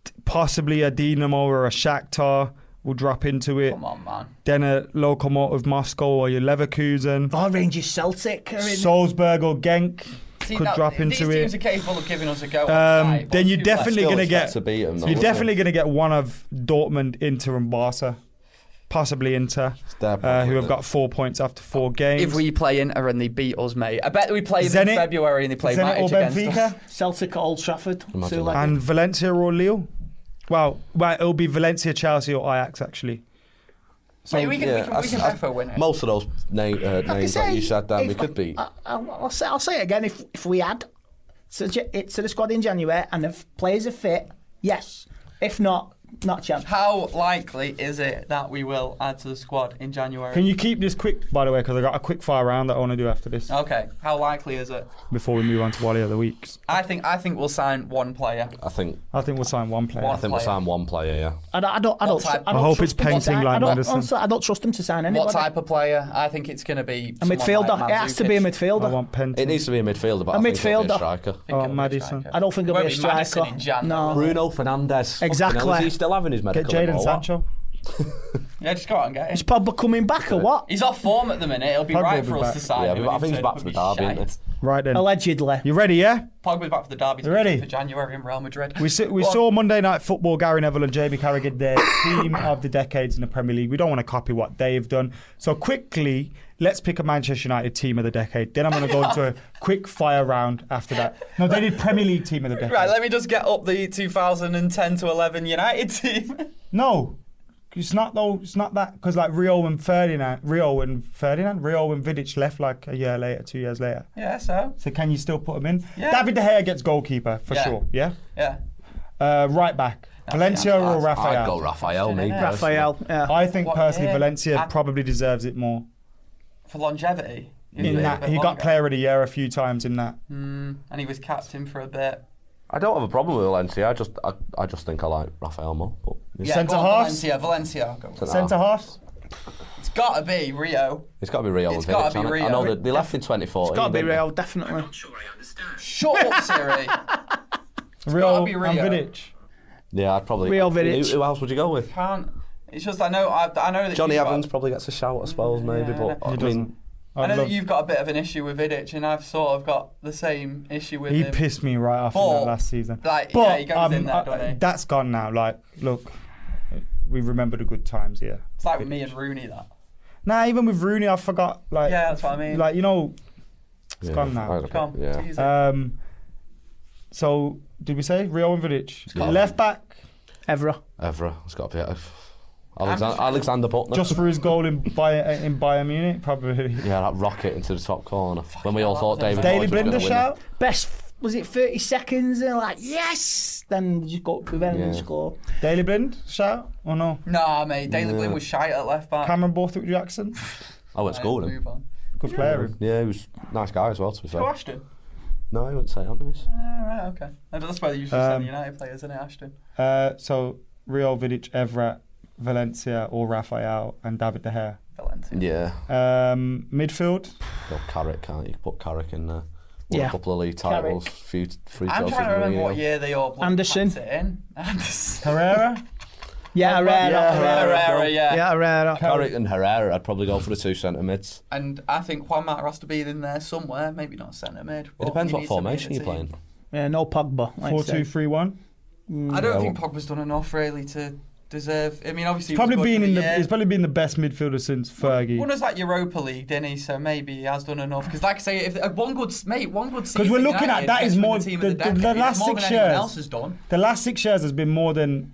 A: t- possibly a Dinamo or a Shakhtar will drop into it.
B: Come on, man.
A: Then a Lokomotiv Moscow or your Leverkusen.
D: Oh, Rangers Celtic. are in-
A: Salzburg or Genk
B: See,
A: could
B: now,
A: drop
B: these
A: into
B: teams
A: it.
B: are capable of giving us a go.
A: Um,
B: on tonight, but
A: then you're
B: too
A: definitely
C: Still
A: going to
C: expect
A: get
C: to beat 'em, though,
A: you're
C: wouldn't you?
A: definitely going to get one of Dortmund, Inter, and Barca, possibly Inter,
C: their
A: uh,
C: problem,
A: who have
C: isn't
A: got four points after four
B: late.
A: games.
B: If we play Inter and they beat us, mate, I bet we play them in
A: Zenit-
B: February and they play
A: Zenit
B: Matic
A: or
B: against us.
A: Benfica
D: Celtic at Old Trafford.
C: Imagine
D: Two
C: that.
D: legged.
A: and Valencia or Lille, well, well, it'll be Valencia, Chelsea, or Ajax actually.
B: Mate, we can,
C: yeah,
B: we can, we
C: that's-
B: can
C: that's-
B: effort win it.
C: Most of those name, uh, names that you said, Dan, we could beat.
D: I, will say, I'll say it again. If if we add to, J- it to the squad in January and if players are fit, yes. If not, not chance.
B: How likely is it that we will add to the squad in January?
A: Can you keep this quick, by the way, because I got a quick fire round that I want to do after this
B: Okay. How likely is it?
A: before we move on to Wally of the weeks.
B: I think I think we'll sign one player.
C: I think
A: I think we'll sign one player.
B: One.
C: I think we'll
B: player.
C: sign one player. Yeah,
D: I don't. I don't. I don't,
B: type-
D: I don't
A: I hope
D: trust
A: it's
D: them to
A: painting
D: sign-
A: like
D: I don't,
A: Madison.
D: honestly, I don't trust him to sign anybody.
B: What type of player? I think it's going to be
D: A
B: someone
D: midfielder.
B: Like
D: it has to be a
B: Mandzukic.
A: I
D: midfielder.
A: want Penton.
C: it needs to be a midfielder, but
D: A
C: I think it'll be
D: midfielder.
C: a striker.
A: I want Madison.
D: I don't think
B: It
D: it'll be a
B: won't be Madison
D: striker.
B: in Jan,
D: no.
C: Bruno Fernandez.
D: Exactly.
C: Is he still having his
A: Get
C: medical? and
A: Jaden
C: all
A: Sancho.
B: Yeah, just go out and get
D: Is
B: him.
D: Pogba coming back or what?
B: He's off form at the minute. It'll be
A: Pogba
B: right
A: will be
B: for us
A: back.
B: to
C: that?
B: sign
C: Yeah,
B: him.
C: but I think he's back for the derby, isn't it?
A: Right
B: Oh,
A: then.
D: Allegedly.
A: You ready? Yeah.
B: Pogba's back for the derby.
A: You ready?
B: For January in Real Madrid.
A: We, see, we
B: Go on.
A: saw Monday Night Football, Gary Neville and Jamie Carragher,
B: [coughs]
A: their team of the decades in the Premier League. We don't want to copy what they've done. So, quickly, let's pick a Manchester United team of the decade. Then I'm going to go
B: [laughs]
A: into a quick fire round after that. No, they did Premier League team of the decade.
B: Right, let me just get up the 2010 to 11 United team. [laughs]
A: no, it's not though. It's not that because like Rio and Ferdinand, Rio and Ferdinand, Rio and Vidic left like a year later, two years later.
B: yeah, so
A: So can you still put them in?
B: Yeah.
A: David de Gea gets goalkeeper for
B: Yeah.
A: sure. Yeah.
B: yeah,
A: Uh, right back, Valencia
C: I'd-
A: or Rafael?
C: I'd go Raphael, me.
B: Yeah.
C: personally.
D: Raphael. Yeah.
A: I think
B: What-
A: personally,
B: yeah.
A: Valencia
B: I-
A: probably deserves it more.
B: for longevity. He was
A: In
B: there a
A: that
B: bit
A: he got
B: longer.
A: Player of the Year a few times in that.
B: and he was captain for a bit.
C: I don't have a problem with Valencia. I just, I, I just think I like Raphael more. But
B: Yeah,
A: Centre
B: go on,
A: halves?
B: Valencia, Valencia. I'll go with it.
A: Centre half.
B: It's got to be Rio.
C: it's got to be Real.
B: It's
C: with
B: gotta
C: Vidic,
B: be
C: hasn't it? I
B: Real.
C: know that they left in 2014.
D: It's got to be
C: didn't they?
D: Real, definitely.
B: Shut
A: [laughs]
B: up, Siri.
A: Real
B: be
A: and
B: Rio.
A: Vidic.
C: Yeah, I'd probably.
D: Real
C: Who,
D: Vidic.
C: who else would you go with?
B: Can't. It's just I know I, I know that
C: Johnny
B: you've
C: Evans
B: Got,
C: probably gets a shout, I suppose, maybe. But I mean,
B: I know
A: love-
B: that you've got a bit of an issue with Vidic, and I've sort of got the same issue with
A: He
B: him.
A: pissed me right off in
B: But,
A: that last season.
B: like,
A: but
B: yeah, he goes in there,
A: uh,
B: don't he?
A: that's gone now. Like, look, we remember the good times here.
B: It's like with me and Rooney that.
A: Nah, even with Rooney, I forgot. Like,
B: Yeah, that's what I mean.
A: Like, you know, it's
C: yeah,
A: gone
C: I
A: now.
C: don't
B: Come,
C: know, Yeah.
B: tease it.
A: Um, so did we say Real and Vidic?
C: got-
A: Left back
D: Evra.
C: Evra, it's got to be. Uh, Alexander, Alexander Butner.
A: just for his goal in Bayern, in Bayern Munich,
C: [laughs]
A: probably.
C: Yeah, that rocket into the top corner. when we all thought David
A: Daily
C: Moyes was gonna
A: Blinder
C: win it.
A: shout.
D: Best, was it 30 seconds? And like, yes! Then you go up with them and
C: Yeah.
D: score.
A: Daily Blind shout or no?
B: Nah, mate. Daily Blin was shite at left back.
A: Cameron Borthwick Jackson,
C: I went to Oh, school with him.
B: Move on.
A: good player. him.
C: Yeah, he was a nice guy as well, to be
B: Go
C: fair.
B: Ashton.
C: No, I wouldn't say Anthony's.
B: All right, okay. No, but That's why they usually
A: Um,
B: send the United players, isn't it, Ashton?
A: Uh, so Rio Vidic, Evra, Valencia, or Rafael and David De Gea.
B: Valencia.
C: Yeah,
A: Um, midfield.
C: got Carrick, can't you? You Put Carrick in there. Won
D: Yeah.
C: a couple of league
D: Carrick.
C: titles, few three
B: I'm
C: Chelsea's
B: trying to
C: in a
B: remember what
C: row.
B: year they all bloody
D: Anderson.
B: packed it in. [laughs] Anderson. [laughs]
A: Herrera.
D: Yeah, Herrera.
B: Yeah, Herrera, yeah.
D: Yeah, Herrera.
C: Carrick and Herrera, I'd probably go for the two centre mids.
B: And I think Juan Mata has to be in there somewhere. Maybe not centre mid.
C: It
B: but
C: depends
B: he needs to
C: what
B: be in the
C: formation you're
B: team.
C: playing.
D: Yeah, no Pogba. like I
A: Four
D: said.
A: two three one.
B: I don't think Pogba's done enough really to deserve. I mean, obviously, he was
A: Probably
B: good
A: been
B: for
A: in the.
B: year.
A: He's probably been the best midfielder since Fergie.
B: Won us that Europa League, didn't he? So maybe he has done enough. Because, like I say, if uh, one good s- mate, one good season.
A: Because we're looking
B: United
A: at that
B: gets
A: is
B: you in
A: more
B: the,
A: the,
B: team
A: the,
B: of the, decade.
A: the
B: It's
A: last
B: more
A: six
B: than anyone
A: years.
B: else has done.
A: The last six years has been more than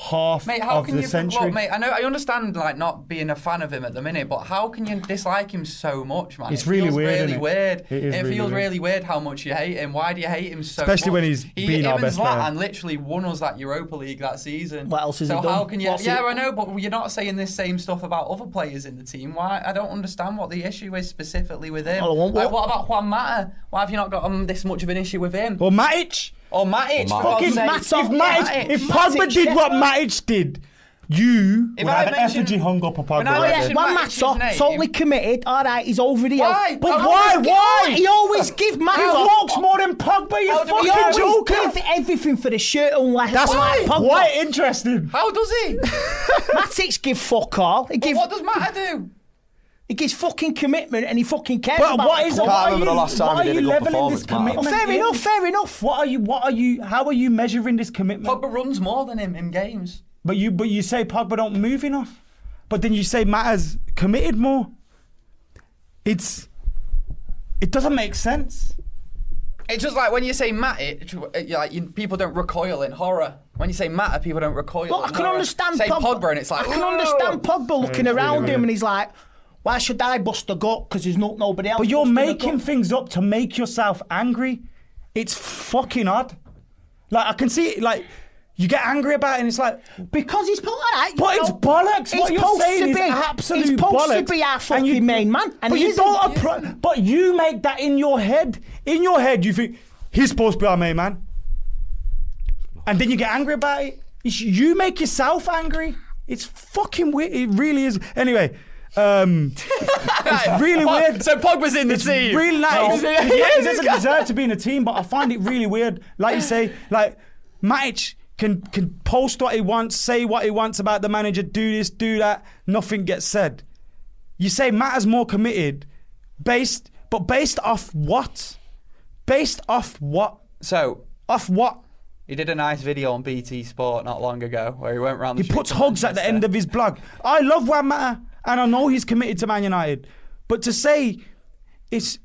A: half
B: Mate, how
A: of
B: can
A: the
B: you?
A: century.
B: Look, mate, I know I understand like not being a fan of him at the minute, but how can you dislike him so much, man?
A: It's
B: It
A: really
B: feels
A: weird,
B: Really
A: isn't it?
B: weird.
A: It is really
B: feels
A: weird.
B: really weird how much you hate him. Why do you hate him so?
A: Especially
B: much?
A: when he's
B: he,
A: been
B: him
A: our
B: and
A: best player.
B: Zlatan literally won us that Europa League that season.
D: What else has
B: so
D: he done?
B: how can you?
D: What's he-
B: yeah, I know, but you're not saying this same stuff about other players in the team. Why? I don't understand what the issue is specifically with him.
D: Well, I want-
B: Like, what about Juan Mata? Why have you not got um, this much of an issue with him?
A: or Matic.
B: Or Matic?
C: Or
B: for
C: Oh, Matic.
A: Fucking
B: God's sake.
D: Matic.
A: If Matic,
B: Matic.
A: if Pogba
D: Matic,
A: did
D: yeah.
A: what Matic did, you
B: If
A: would
B: I
A: have an
B: mention-
A: effigy hung up a Pogba.
B: when I
A: right
B: mention-
A: there.
D: One
B: Matic's
D: matter,
B: name.
D: totally committed. All right, he's over the hill.
B: Why?
D: But
B: I
D: why?
B: always-
D: Why? He always give
A: He
D: Matic.
A: walks more than Pogba. You
B: How do we-
D: He
A: fucking
D: always
A: joker.
D: give everything for the shirt unless.
A: That's
D: why. Pogba.
A: quite interesting.
B: How does he? [laughs]
D: Matic give fuck all. He gives.
B: what does Mata do?
D: He gives fucking commitment and he fucking cares
A: But
D: about
A: what
D: the
A: is?
D: club.
A: what are
C: remember the
A: you-
C: last time
A: what
C: he
A: are
C: did a
A: you
C: good
A: leveling this
C: performance, Matt.
A: commitment?
D: Fair
A: in?
D: enough. Fair enough.
A: What are you? What are you? How are you measuring this commitment?
B: Pogba runs more than him in games.
A: But you but you say Pogba don't move enough. But then you say Matters committed more. It's it doesn't make sense.
B: It's just like when you say Matic, it, like you, people don't recoil in horror. When you say Matter, people don't recoil.
D: Look, I
B: in
D: can
B: horror.
D: understand
B: Say
D: Pogba.
B: Pogba, and it's like
D: I can
B: "Ooh."
D: understand Pogba looking
A: it's really
D: around
A: weird.
D: him and he's like, "Why should I bust a gut? Because there's not nobody else."
A: But you're
D: busting a
A: making
D: gut."
A: things up to make yourself angry. It's fucking odd. Like I can see it like you get angry about it and it's like
D: because he's pol- all right, you
A: But
D: know,
A: it's bollocks.
D: He's
A: What you're
D: supposed
A: saying
D: to
A: is
D: be,
A: absolute
D: He's supposed
A: bollocks.
D: to be our fucking main man, and
A: but
D: he
A: you
D: isn't.
A: don't. appro- but you make that in your head. In your head, you think he's supposed to be our main man, and then you get angry about it. It's- you make yourself angry. It's fucking weird. It really is. Anyway. Um, it's really
B: Pog-
A: weird.
B: So Pogba's in the team.
A: Really,
B: No.
A: like,
B: [laughs] Yeah,
A: he, he
B: this
A: doesn't
B: guy-
A: deserve to be in a team, but I find it really weird. Like you say, like Matic can can post what he wants, say what he wants about the manager, do this, do that. Nothing gets said. You say Matt is more committed, based, but based off what? Based off what?
B: So
A: Off what?
B: he did a nice video on BT Sport not long ago where he went round. The
A: He puts hugs at the end of his blog. I love Juan Mata, and I know he's committed to Man United, but to say it's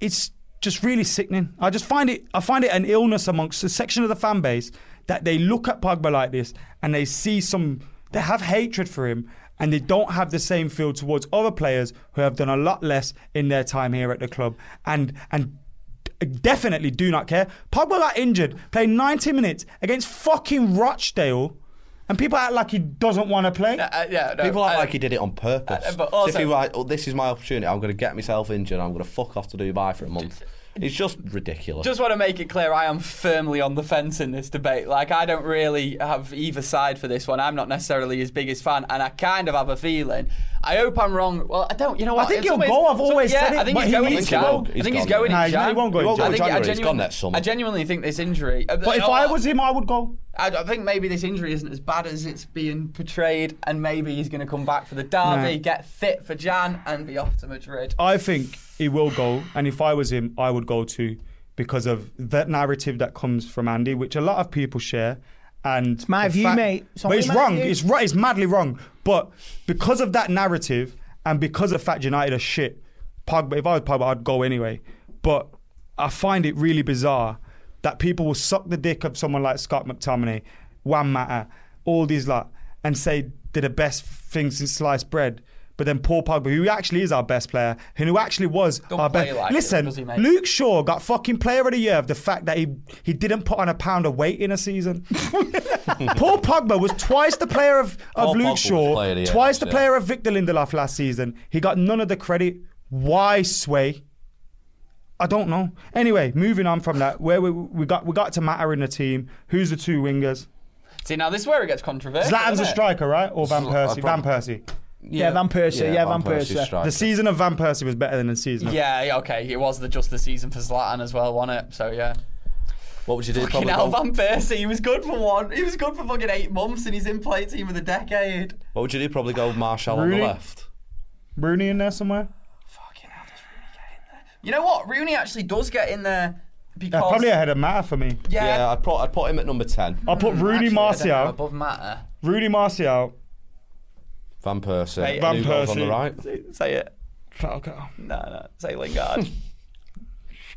A: it's just really sickening. I just find it I find it an illness amongst a section of the fan base that they look at Pogba like this and they see some they have hatred for him and they don't have the same feel towards other players who have done a lot less in their time here at the club and and definitely do not care. Pogba got injured, played 90 minutes against fucking Rochdale, and people act like he doesn't want to play.
B: Uh, yeah, no,
C: People act
B: I-
C: like he did it on purpose.
B: uh, but
C: So
B: also-
C: if he like, oh, this is my opportunity, I'm going to get myself injured, I'm going to fuck off to Dubai for a month. It's just ridiculous.
B: Just want to make it clear, I am firmly on the fence in this debate. Like, I don't really have either side for this one. I'm not necessarily his biggest fan, and I kind of have a feeling. I hope I'm wrong. Well, I don't. You know what?
A: think
B: in
A: he'll
B: some ways-
A: go, I've always
B: yeah,
A: said it,
B: I think
A: but
B: he's
A: he
B: going in
A: needs to
B: Jan.
C: go.
B: I think
C: He's
B: he's going
A: gone.
B: in
A: Nah,
B: Jan.
A: he won't go in
B: I
A: Jan.
B: think- I
C: January, he's
B: genuinely-
C: gone next summer.
B: I genuinely think this injury. uh,
A: but if I was him, I would go.
B: I, I think maybe this injury isn't as bad as it's being portrayed, and maybe he's going to come back for the derby,
A: No.
B: get fit for Jan, and be off to Madrid.
A: I think he will go, and if I was him, I would go too because of that narrative that comes from Andy, which a lot of people share. And it's
D: my view, mate. It's
A: but
D: only
A: it's
D: my
A: wrong.
D: view.
A: It's right. It's madly wrong. But because of that narrative, and because of fact United are shit, Pogba. If I was Pogba, I'd go anyway. But I find it really bizarre that people will suck the dick of someone like Scott McTominay, Juan Mata, all these lot, and say they're the best things since sliced bread. But then Paul Pogba, who actually is our best player, and who actually was
B: Don't
A: our
B: play
A: best.
B: like it,
A: Listen,
B: does he, mate?
A: Luke Shaw got fucking player of the year of the fact that he he didn't put on a pound of weight in a season.
C: [laughs]
A: Paul Pogba was twice the player of,
C: Paul
A: of
C: Pogba
A: Luke
C: was
A: Shaw,
C: player of the year
A: twice
C: last
A: the
C: year.
A: player of Victor Lindelof last season. He got none of the credit. Why sway? I don't know. Anyway, moving on from that, where we, we got we got to matter in the team. Who's the two wingers?
B: See, now this is where it gets
C: Eh,
B: controversial.
A: Zlatan's
B: isn't
A: a
B: it?
A: striker, right? Or Van
C: Zla-
A: Persie?
C: I
A: Van
C: prob-
A: Persie.
D: Yeah, Van Persie. Yeah, Van, Persie.
A: The season of Van Persie was better than the season. of-
B: Yeah, yeah, okay. It was the just the season for Zlatan as well, wasn't it? So yeah.
C: What would you do?
B: Fucking
C: Probably
B: hell,
C: go-
B: Van Persie. He was good for one. He was good for fucking eight months, and he's in play team of the decade.
C: What would you do? Probably go Marshall on the
A: Rooney?
C: left.
A: Rooney in there somewhere.
B: Fucking hell, does Rooney get in there? You know what? Rooney actually does get in there because
A: Yeah, Uh, probably ahead of matter for me.
B: yeah,
C: Yeah, I'd put I'd put him at number ten.
A: I'll put Rooney
B: actually, I don't know,
A: Martial.
B: above matter.
A: Rudy Martial.
C: Van Persie.
B: Mate,
C: Van
A: Van
C: Persie on
A: Persie.
C: the right.
B: Say, say it.
A: Falcao.
B: No, no.
A: [laughs]
B: Say Lingard.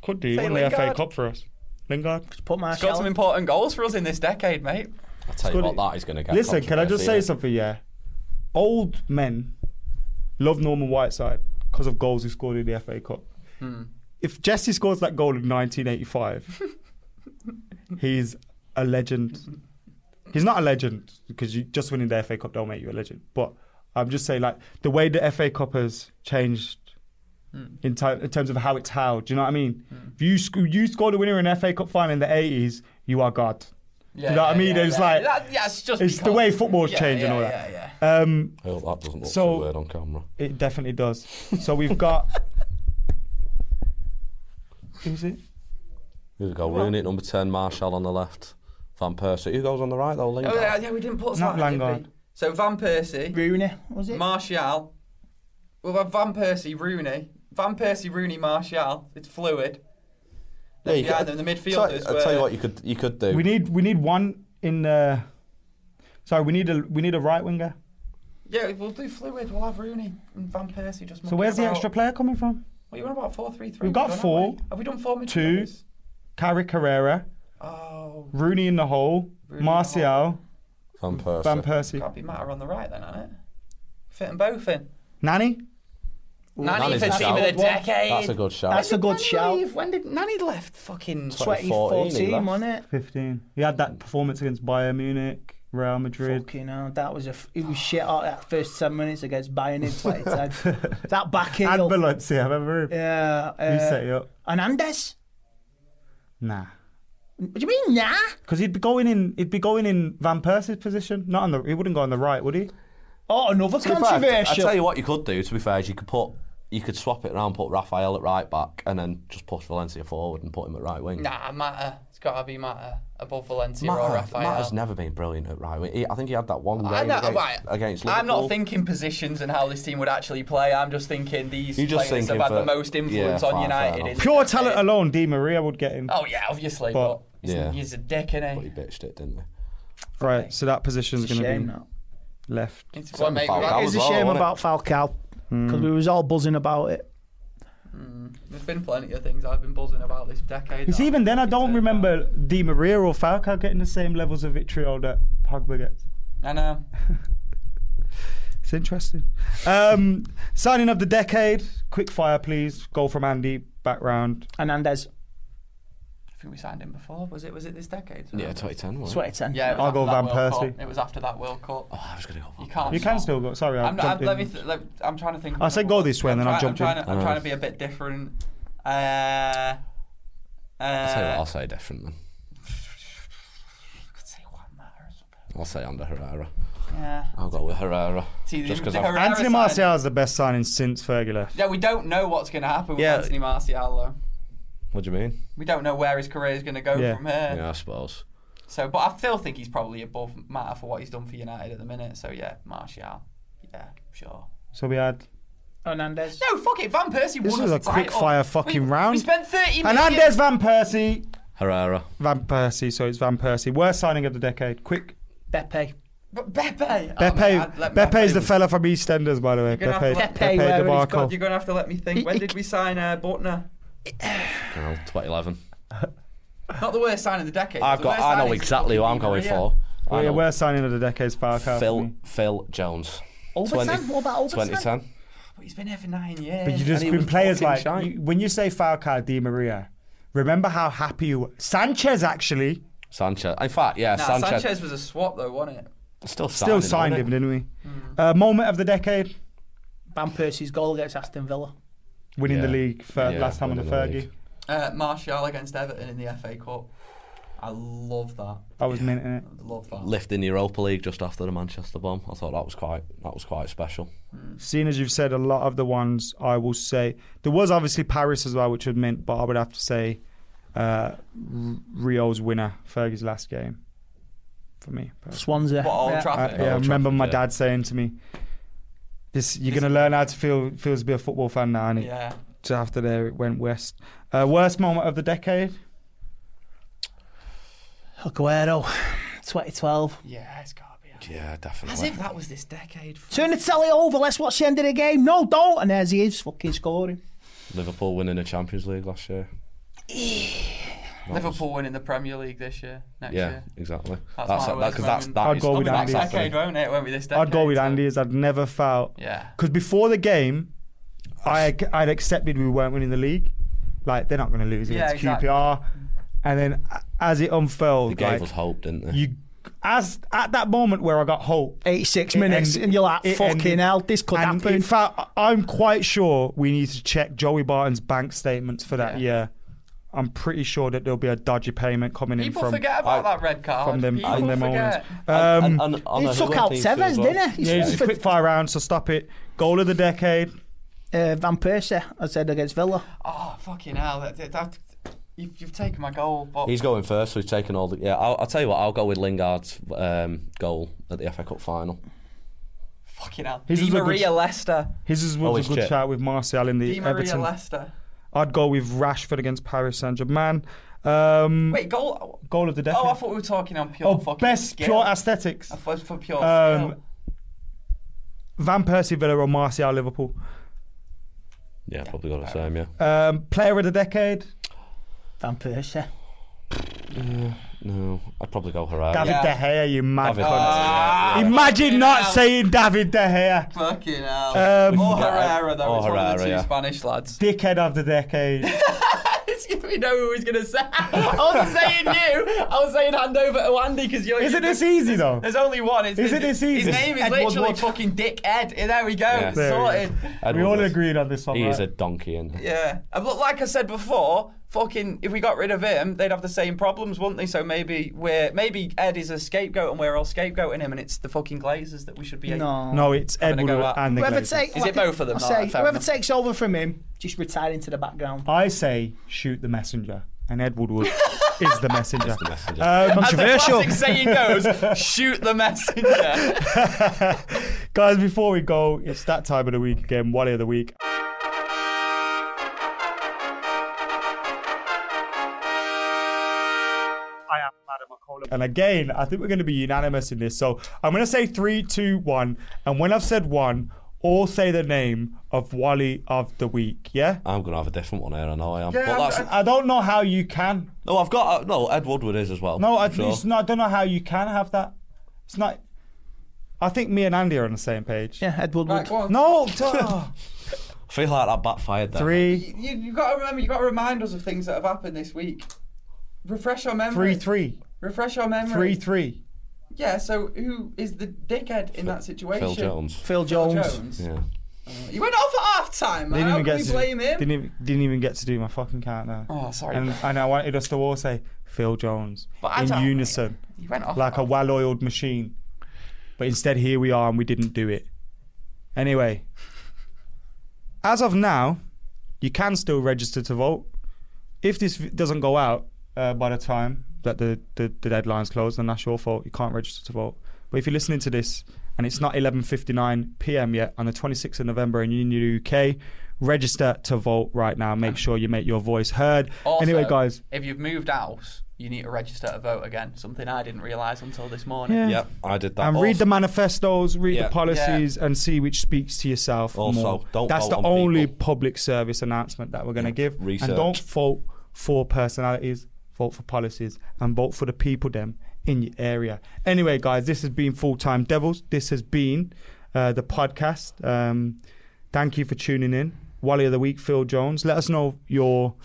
A: Could do.
B: Say
A: Won the FA
B: Lingard.
A: Cup for us. Lingard.
D: Put
B: He's got
D: Martial.
B: some
D: in.
B: important goals for us in this decade, mate.
C: I tell you
A: Good.
C: what, that is going to get.
A: Listen, can I just say
C: controversy,
A: something? Yeah. Old men love Norman Whiteside because of goals he scored in the FA Cup. If Jesse scores that goal in 1985, he's a legend. He's not a legend because you, just winning the FA Cup don't make you a legend. But I'm just saying, like the way the FA Cup has changed in, ti- in terms of how it's held. Do you know what I mean? If you sc- you scored a winner in FA Cup final in the 80s, you are God.
B: Yeah,
A: you know what I
B: yeah,
A: mean?
B: yeah,
A: it's
B: yeah.
A: like
B: That- yeah, it's just
A: it's the
B: because-
A: way football's
B: Yeah,
A: changed and
B: yeah,
A: all
B: yeah,
A: that.
B: yeah.
A: Um,
C: I hope that doesn't look
A: So-
C: so weird on camera.
A: it definitely does. So we've got. Who's it?
C: Here we go. Rooney at number ten. Marshall on the left. Van Persie. Who goes on the right though? Lingard.
B: Oh, yeah, yeah, we didn't put
A: Not
B: Zlatan, did we?
A: Lingard.
B: So Van Persie,
D: Rooney, was it?
B: Martial. We'll have Van Persie, Rooney. Van Persie, Rooney, Martial. It's fluid.
C: Yeah, you
B: behind
C: could-
B: them, the midfielders
C: Tell- I tell,
B: were-
C: you what, you could you could do.
A: We need we need one in. Uh, sorry, we need a we need a right winger.
B: Yeah, we'll do fluid. We'll have Rooney and Van Persie just.
A: So where's the extra player coming from?
B: Well, you want about four, three, three.
A: We've got
B: haven't
A: four,
B: we? Have we done four midfielders?
A: two. Carrie Carrera,
B: Oh,
A: Rooney in the hole,
B: in the
A: Martial,
C: Van Persie.
A: Van Persie,
B: can't be matter on the right then, on it. Fit them both in.
A: Nani.
B: Nanny
C: Nanny's
B: for
C: a
B: team of
C: shout.
B: the decade.
C: That's a good shout.
D: That's a
B: When
D: good
B: did
D: shout.
B: Nanny leave? When did Nanny left? Fucking.
C: 2014, he
D: 2014,
C: left.
D: wasn't it?
A: 15. He had that performance against Bayern Munich, Real Madrid.
D: Fucking hell, that was a f- it was shit out that first ten minutes against Bayern in 2010. that back
A: And
D: heel,
A: Valencia, remember him?
D: yeah,
A: He set
D: uh,
A: you up.
D: Hernandez.
A: Nah.
D: What do you mean, nah?
A: Because he'd be going in, he'd be going in Van Persie's position. Not on the, he wouldn't go on the right, would he?
D: Oh, another
C: To be fair, I
D: controversial.
C: tell you what, you could do. To be fair, is you could put. You could swap it around, put Raphael at right back, and then just push Valencia forward and put him at right wing.
B: Nah, matter. It's gotta be matter above Valencia or
C: Matt,
B: Rafael.
C: Matt has never been brilliant at right wing. He, I think he had that one game
B: I know,
C: against,
B: right.
C: against
B: I'm
C: Liverpool.
B: not thinking positions and how this team would actually play. I'm just thinking these
C: You're just
B: players
C: thinking
B: have had the
C: for-
B: most influence
C: yeah,
B: on
C: fair,
B: United.
C: fair
B: in
C: enough.
B: the
A: Pure
B: decade.
A: talent alone, Di Maria would get in.
B: Oh yeah, obviously,
A: But-
B: but, he's,
C: Yeah.
B: he's a dick, innit?
C: But he bitched it, didn't he?
A: Right, so that position's
D: It's a
A: going to be
D: shame, that.
A: left.
B: It's what made-
C: Falcao
B: that
C: as
D: It's a
C: well,
D: shame
C: wasn't it?
D: about Falcao because we was all buzzing about it.
B: There's been plenty of things I've been buzzing about this decade.
A: You
B: that
A: see, even then, I
B: haven't
A: don't
B: been
A: remember Di Maria or Falcao getting the same levels of vitriol that Pogba gets.
B: turned on. I know.
A: It's interesting. Um, signing of the decade. Quick fire, please. Goal from Andy. Background.
D: Hernandez,
B: I think we signed him before. Was it? Was it this decade?
C: Yeah, 2010. Wasn't it? Oh,
D: 2010.
B: Yeah, it was
A: I'll
B: after
A: go
B: that
A: Van
B: World
A: Persie.
B: Cup. It was after that World Cup.
C: I was going to go.
B: You
C: Van
B: can't.
A: You can still go. Sorry, I
B: I'm, not, I'm,
A: jumped
B: let me
A: in.
B: th- let, I'm trying to think. of
A: I said
B: another
A: go
B: one.
A: this way and
B: I'm
A: then I
B: try-
A: jumped
B: I'm
A: in.
B: Trying to, I'm trying to be a bit different. Uh,
C: Persie. Tell you what,
B: uh,
C: I'll say different then.
B: could say Juan Mata
C: I'll say under Herrera.
B: or something. Yeah.
C: I'll go with Herrera.
B: See,
C: Just
B: the-
C: because
B: the
C: I've.
B: Herrera-
A: Anthony
B: signing.
A: Martial is the best signing since Fergie left.
B: Yeah, we don't know what's going to happen with
C: Yeah.
B: Anthony Martial, though.
C: What do you mean?
B: We don't know where his career is going to go
A: Yeah.
B: from here.
C: Yeah, I suppose.
B: So, but I still think he's probably above Matter for what he's done for United at the minute. So yeah, Martial. Yeah, sure.
A: So we had
D: Hernandez.
B: No, fuck it. Van Persie.
A: This
B: won
A: was
B: us
A: a
B: the
A: quick
B: title.
A: fire
B: We-
A: fucking
B: we,
A: round.
B: We spent thirty. million-
A: Hernandez, Van Persie.
C: Herrera.
A: Van Persie. So it's Van Persie. Worst signing of the decade. Quick.
D: Beppe.
B: But Oh, Beppe. Beppe.
C: Oh,
A: Beppe. Beppe is the fella from EastEnders, by the way.
B: gonna have
A: Beppe.
B: to let-
D: Pepe, wherever he's
A: debacle.
B: God, you're gonna have to let me think. When did we sign uh, Bortner?
C: You know, 2011.
B: Not the worst sign of the decade.
C: I've
B: the
C: got.
B: worst
C: I
B: sign
C: know
B: is
C: exactly who I'm going
B: fucking Di Maria.
C: for. I
A: Well, yeah,
C: know.
A: worst signing of the decade's Falcao. for
C: Phil
A: me.
C: Phil Jones.
D: Overton?
C: 20
D: What about Overton?
C: 2010.
B: But he's been here for nine years.
A: But you
C: And
A: just
C: he
A: been
C: was
A: players
C: fucking
A: like
C: shite.
A: you, when you say Falcao, Di Maria. Remember how happy you were. Sanchez actually
C: Sanchez. In fact, yeah,
B: nah,
C: Sanchez.
B: Sanchez. was a swap though, wasn't it?
C: Still signed
A: still signed him, didn't we?
C: Hmm.
A: Uh, moment of the decade,
D: Van Persie's goal against Aston Villa.
A: winning the
C: Yeah.
A: league for
C: Yeah,
A: last time under
C: winning the
A: Fergie.
C: league.
B: Uh, Martial against Everton in the FA Cup. I love that.
A: I was minting it.
B: Love that.
C: Lifting the Europa League just after the Manchester bomb, I thought that was quite that was quite special.
A: Seeing as you've said a lot of the ones, I will say there was obviously Paris as well, which was mint, but I would have to say uh, R- Rio's winner, Fergie's last game, for me. personally.
D: Swansea.
B: What Old
D: Yeah.
A: I,
B: Trafford?
A: yeah, I
C: Old
A: remember
C: Trafford,
A: my
C: yeah.
A: dad saying to me, "This you're going to learn how to feel feels to be a football fan now." And it,
B: Yeah.
A: so after there, it went west. Uh, worst moment of the decade?
D: Aguero, 2012.
B: Yeah, it's gotta be. out.
C: Yeah,
B: As
C: definitely.
B: if that was this decade. f-
D: Turn the telly over. Let's watch the end of the game. No, don't. And there's he is fucking scoring.
C: Liverpool winning the Champions League last year.
B: Liverpool winning the Premier League this year. Next
C: Yeah,
B: year.
C: exactly.
B: That's
C: That's
B: my
C: because
B: worst
C: that's
B: moment.
C: that
A: I'd
C: is-
A: go
B: It'll
A: with
B: be
A: Andy.
B: next
A: Andy's.
B: decade, won't it? It won't be this decade.
A: I'd go with
B: so-
A: Andy as I'd never felt
B: Yeah.
A: because before the game, I I'd accepted we weren't winning the league. Like they're not going to lose
B: Yeah,
A: against
B: exactly.
A: QPR, and then a- as it
C: They
A: unfurled,
C: gave
A: like,
C: us hope, didn't they?
A: you as at that moment where I got hope,
D: 86
A: it
D: minutes,
A: ended-
D: and you're like,
A: it
D: fucking
A: ended.
D: hell, this could
A: And
D: happen.
A: In fact, I- I'm quite sure we need to check Joey Barton's bank statements for that
B: Yeah.
A: year. I'm pretty sure that there'll be a dodgy payment coming
B: People
A: in from
B: forget about that red card.
A: from them
B: People
A: from them owners.
B: forget.
A: Um,
C: And- and- and
D: he
C: I
D: took
C: think
D: out
C: things too as
D: Tevez,
C: well.
D: didn't he?
A: yeah,
D: He's
A: it's a
D: for-
A: quick fire round, so stop it. Goal of the decade.
D: uh, Van Persie, I said, against Villa.
B: Oh fucking hell! That, that, that, you've, you've taken my goal, but
C: He's going first, so he's taking all the. Yeah, I'll, I'll tell you what, I'll go with Lingard's um, goal at the FA Cup final.
B: fucking hell.
A: His
B: Di
A: was a good-
B: Maria Leicester.
A: His was
C: Oh,
A: was
C: it's
A: a good
C: check.
A: shout with Martial in the
B: Di Maria
A: Everton.
B: Leicester.
A: I'd go with Rashford against Paris Saint Germain. Um,
B: Wait, goal.
A: goal of the decade.
B: Oh, I thought we were talking on pure
A: Oh,
B: fucking
A: best
B: skill.
A: pure aesthetics.
B: I thought it was for pure
A: Um,
B: skill.
A: Van Persie, Villa, or Martial, Liverpool.
C: Yeah, probably got the same, yeah.
A: Um, player of the decade.
D: Van Persie.
C: No, I'd probably go Herrera.
A: David
B: Yeah.
A: De Gea, you mad
C: David
A: cunt.
B: Ah.
C: Cunt, yeah, yeah.
A: Imagine not
B: hell.
A: saying David De Gea.
B: Fucking hell.
A: Um,
B: or Oh,
C: forget-
B: Herrera, though.
C: or
B: it's one of the
C: Herrera,
B: two
C: yeah.
B: Spanish [laughs] lads.
A: Dickhead of the decade.
B: It's gonna be know who he's going
A: [laughs]
B: to say. I wasn't saying you. I was saying hand over to Andy because you're.
A: Isn't this easy though?
B: There's only one. It's
A: Is it
B: his,
A: this easy?
B: His name is
A: Edward
B: literally
A: Wood.
B: fucking Dick Ed. There we go.
C: Yeah.
A: There we
B: [laughs] Sorted.
C: Edward
A: We all
C: was-
A: agreed on this one.
C: He
A: right?
C: is a donkey, isn't he?
B: Yeah. And look, like I said before, fucking if we got rid of him, they'd have the same problems, wouldn't they? So maybe we're maybe Ed is a scapegoat and we're all scapegoating him and it's the fucking Glazers that we should be
D: No.
A: No, it's
B: gonna
A: Edward
B: go out.
A: and the
D: Whoever,
A: Glazers.
D: take,
B: Is it both of them?
D: I
B: No,
D: say,
B: fair
D: whoever
B: enough.
D: takes over from him, just retire into the background.
A: I say shoot the messenger, and Edward
B: [laughs]
A: Wood is the messenger.
C: messenger.
A: Uh,
B: As the
A: controversial,
B: classic saying goes, shoot the messenger.
A: guys. Before we go, it's that time of the week again. Wally of the week. I am Madam McCollum. And again, I think we're going to be unanimous in this. So I'm going to say three, two, one. And when I've said one, all say the name of Wally of the week. Yeah?
C: I'm going to have a different one here, I know I am.
B: Yeah,
C: but that's,
B: I'm-
A: I don't know how you can.
C: no, I've got. Uh, no, Ed Woodward is as well.
A: No, I,
C: I'm sure.
A: it's not, I don't know how you can have that. It's not. I think me and Andy are on the same page.
D: Yeah, Edward Wood.
A: No. [laughs]
B: [laughs]
A: duh.
C: I feel like that backfired there.
A: three,
B: You, you got to remember. You got to remind us of things that have happened this week. Refresh our
A: three,
B: memory.
A: three,
B: Refresh our memory.
A: three, three.
B: Yeah. So who is the dickhead in that situation?
C: Phil Jones.
D: Phil
B: Phil
D: Jones.
B: Jones.
C: Yeah.
B: He went off at half time.
A: They
B: Man.
A: didn't
B: How
A: even get
B: can we
A: to
B: blame him?
A: Didn't even, didn't even get to do my fucking countdown.
B: Oh, sorry.
A: And, and I wanted us to all say Phil Jones
B: But I
A: in
B: don't-
A: unison,
B: He went off.
A: like a well-oiled machine. But instead, here we are, and we didn't do it. Anyway, as of now, you can still register to vote. If this v- doesn't go out uh, by the time that the, the, the deadline's closed, then that's your fault. You can't register to vote. But if you're listening to this and it's not 11:59 p.m. yet on the 26th of November and you're in the UK, register to vote right now. Make sure you make your voice heard.
B: Also,
A: anyway, guys,
B: If you've moved house, you need to register to vote again. Something I didn't realise until this morning.
A: Yeah.
C: Yep, I did that.
A: and read
C: Also-
A: the manifestos, read
C: Yeah.
A: the policies, and see which speaks to yourself
C: Also,
A: more.
C: don't
A: That's
C: vote
A: the
C: on
A: only
C: people.
A: public service announcement that we're going to give.
C: Research.
A: And don't vote for personalities, vote for policies, and vote for the people them in your area. Anyway, guys, this has been Full Time Devils. This has been uh, the podcast. Um, thank you for tuning in. Wally of the Week, Phil Jones. Let us know your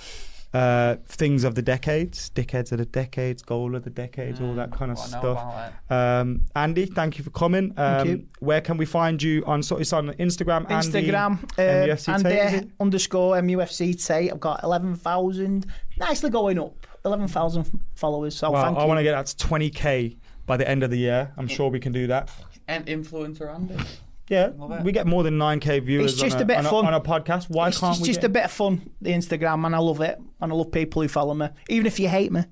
A: uh, things of the decades, dickheads of the decades, goal of the decades, all that kind of
B: Mm. Well, I know
A: stuff.
B: about
A: Um, Andy, thank you for coming. Um,
D: you.
A: Where can we find you on? So it's on Instagram.
D: Instagram,
A: Andy,
D: uh,
A: MUFC
D: and
A: Tate, is
D: uh,
A: it?
D: underscore MUFC Tate. I've got 11,000, nicely going up, 11,000 f- followers. So
A: Well,
D: thank
A: I
D: you.
A: want to get that to 20k by the end of the year. I'm sure we can do that.
B: And influencer Andy.
A: Yeah,
B: it.
A: we get more than 9k viewers
D: It's just
A: on,
D: a bit
A: on,
D: of fun.
A: on a podcast. Why
D: it's
A: can't
D: just,
A: we?
D: just
A: get-
D: a bit of fun, the Instagram, and I love it. And I love people who follow me, even if you hate me.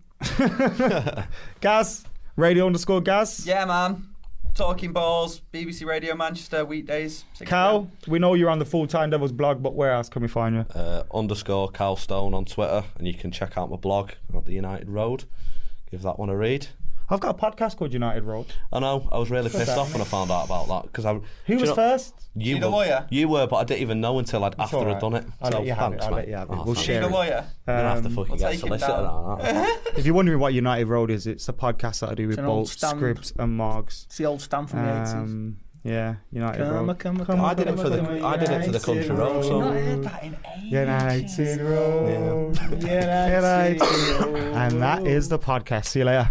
A: Gaz, radio underscore Gaz.
B: Yeah, man. Talking balls, BBC Radio Manchester weekdays. 6
A: Cal,
B: p.m.
A: we know you're on the full time Devils blog, but where else can we find you?
C: uh, underscore Carl Stone on Twitter, and you can check out my blog at the United Road. Give that one a read.
A: I've got a podcast called United Road.
C: I know I was really pissed off when I found out about that because I. do
A: Who
C: you
A: was
C: know-
A: first?
C: You
B: You the
C: were,
B: lawyer?
C: You were, but I didn't even know until I'd after
A: alright.
C: I'd done it.
A: I'll
C: so
A: let you have
C: thanks,
A: it, I'll
C: mate.
A: let you have it.
C: Oh,
A: We'll
C: thanks.
A: share
B: Need a
A: it.
B: lawyer.
C: You're gonna have to fucking get a
B: take him
C: solicitor
B: down.
C: on
B: [laughs]
C: that.
A: Um, If you're wondering what United Road is, it's a podcast that I do with
D: an old
A: Bolt,
D: stand.
A: Scribs, and Margs.
D: It's the old stand from the
A: Um, yeah, United
D: 80s. Come,
A: Road.
D: come, come,
C: I did it for the I did it for the country road song.
A: United Road.
C: [laughs]
D: Yeah, [laughs]
A: And that is the podcast. See you later.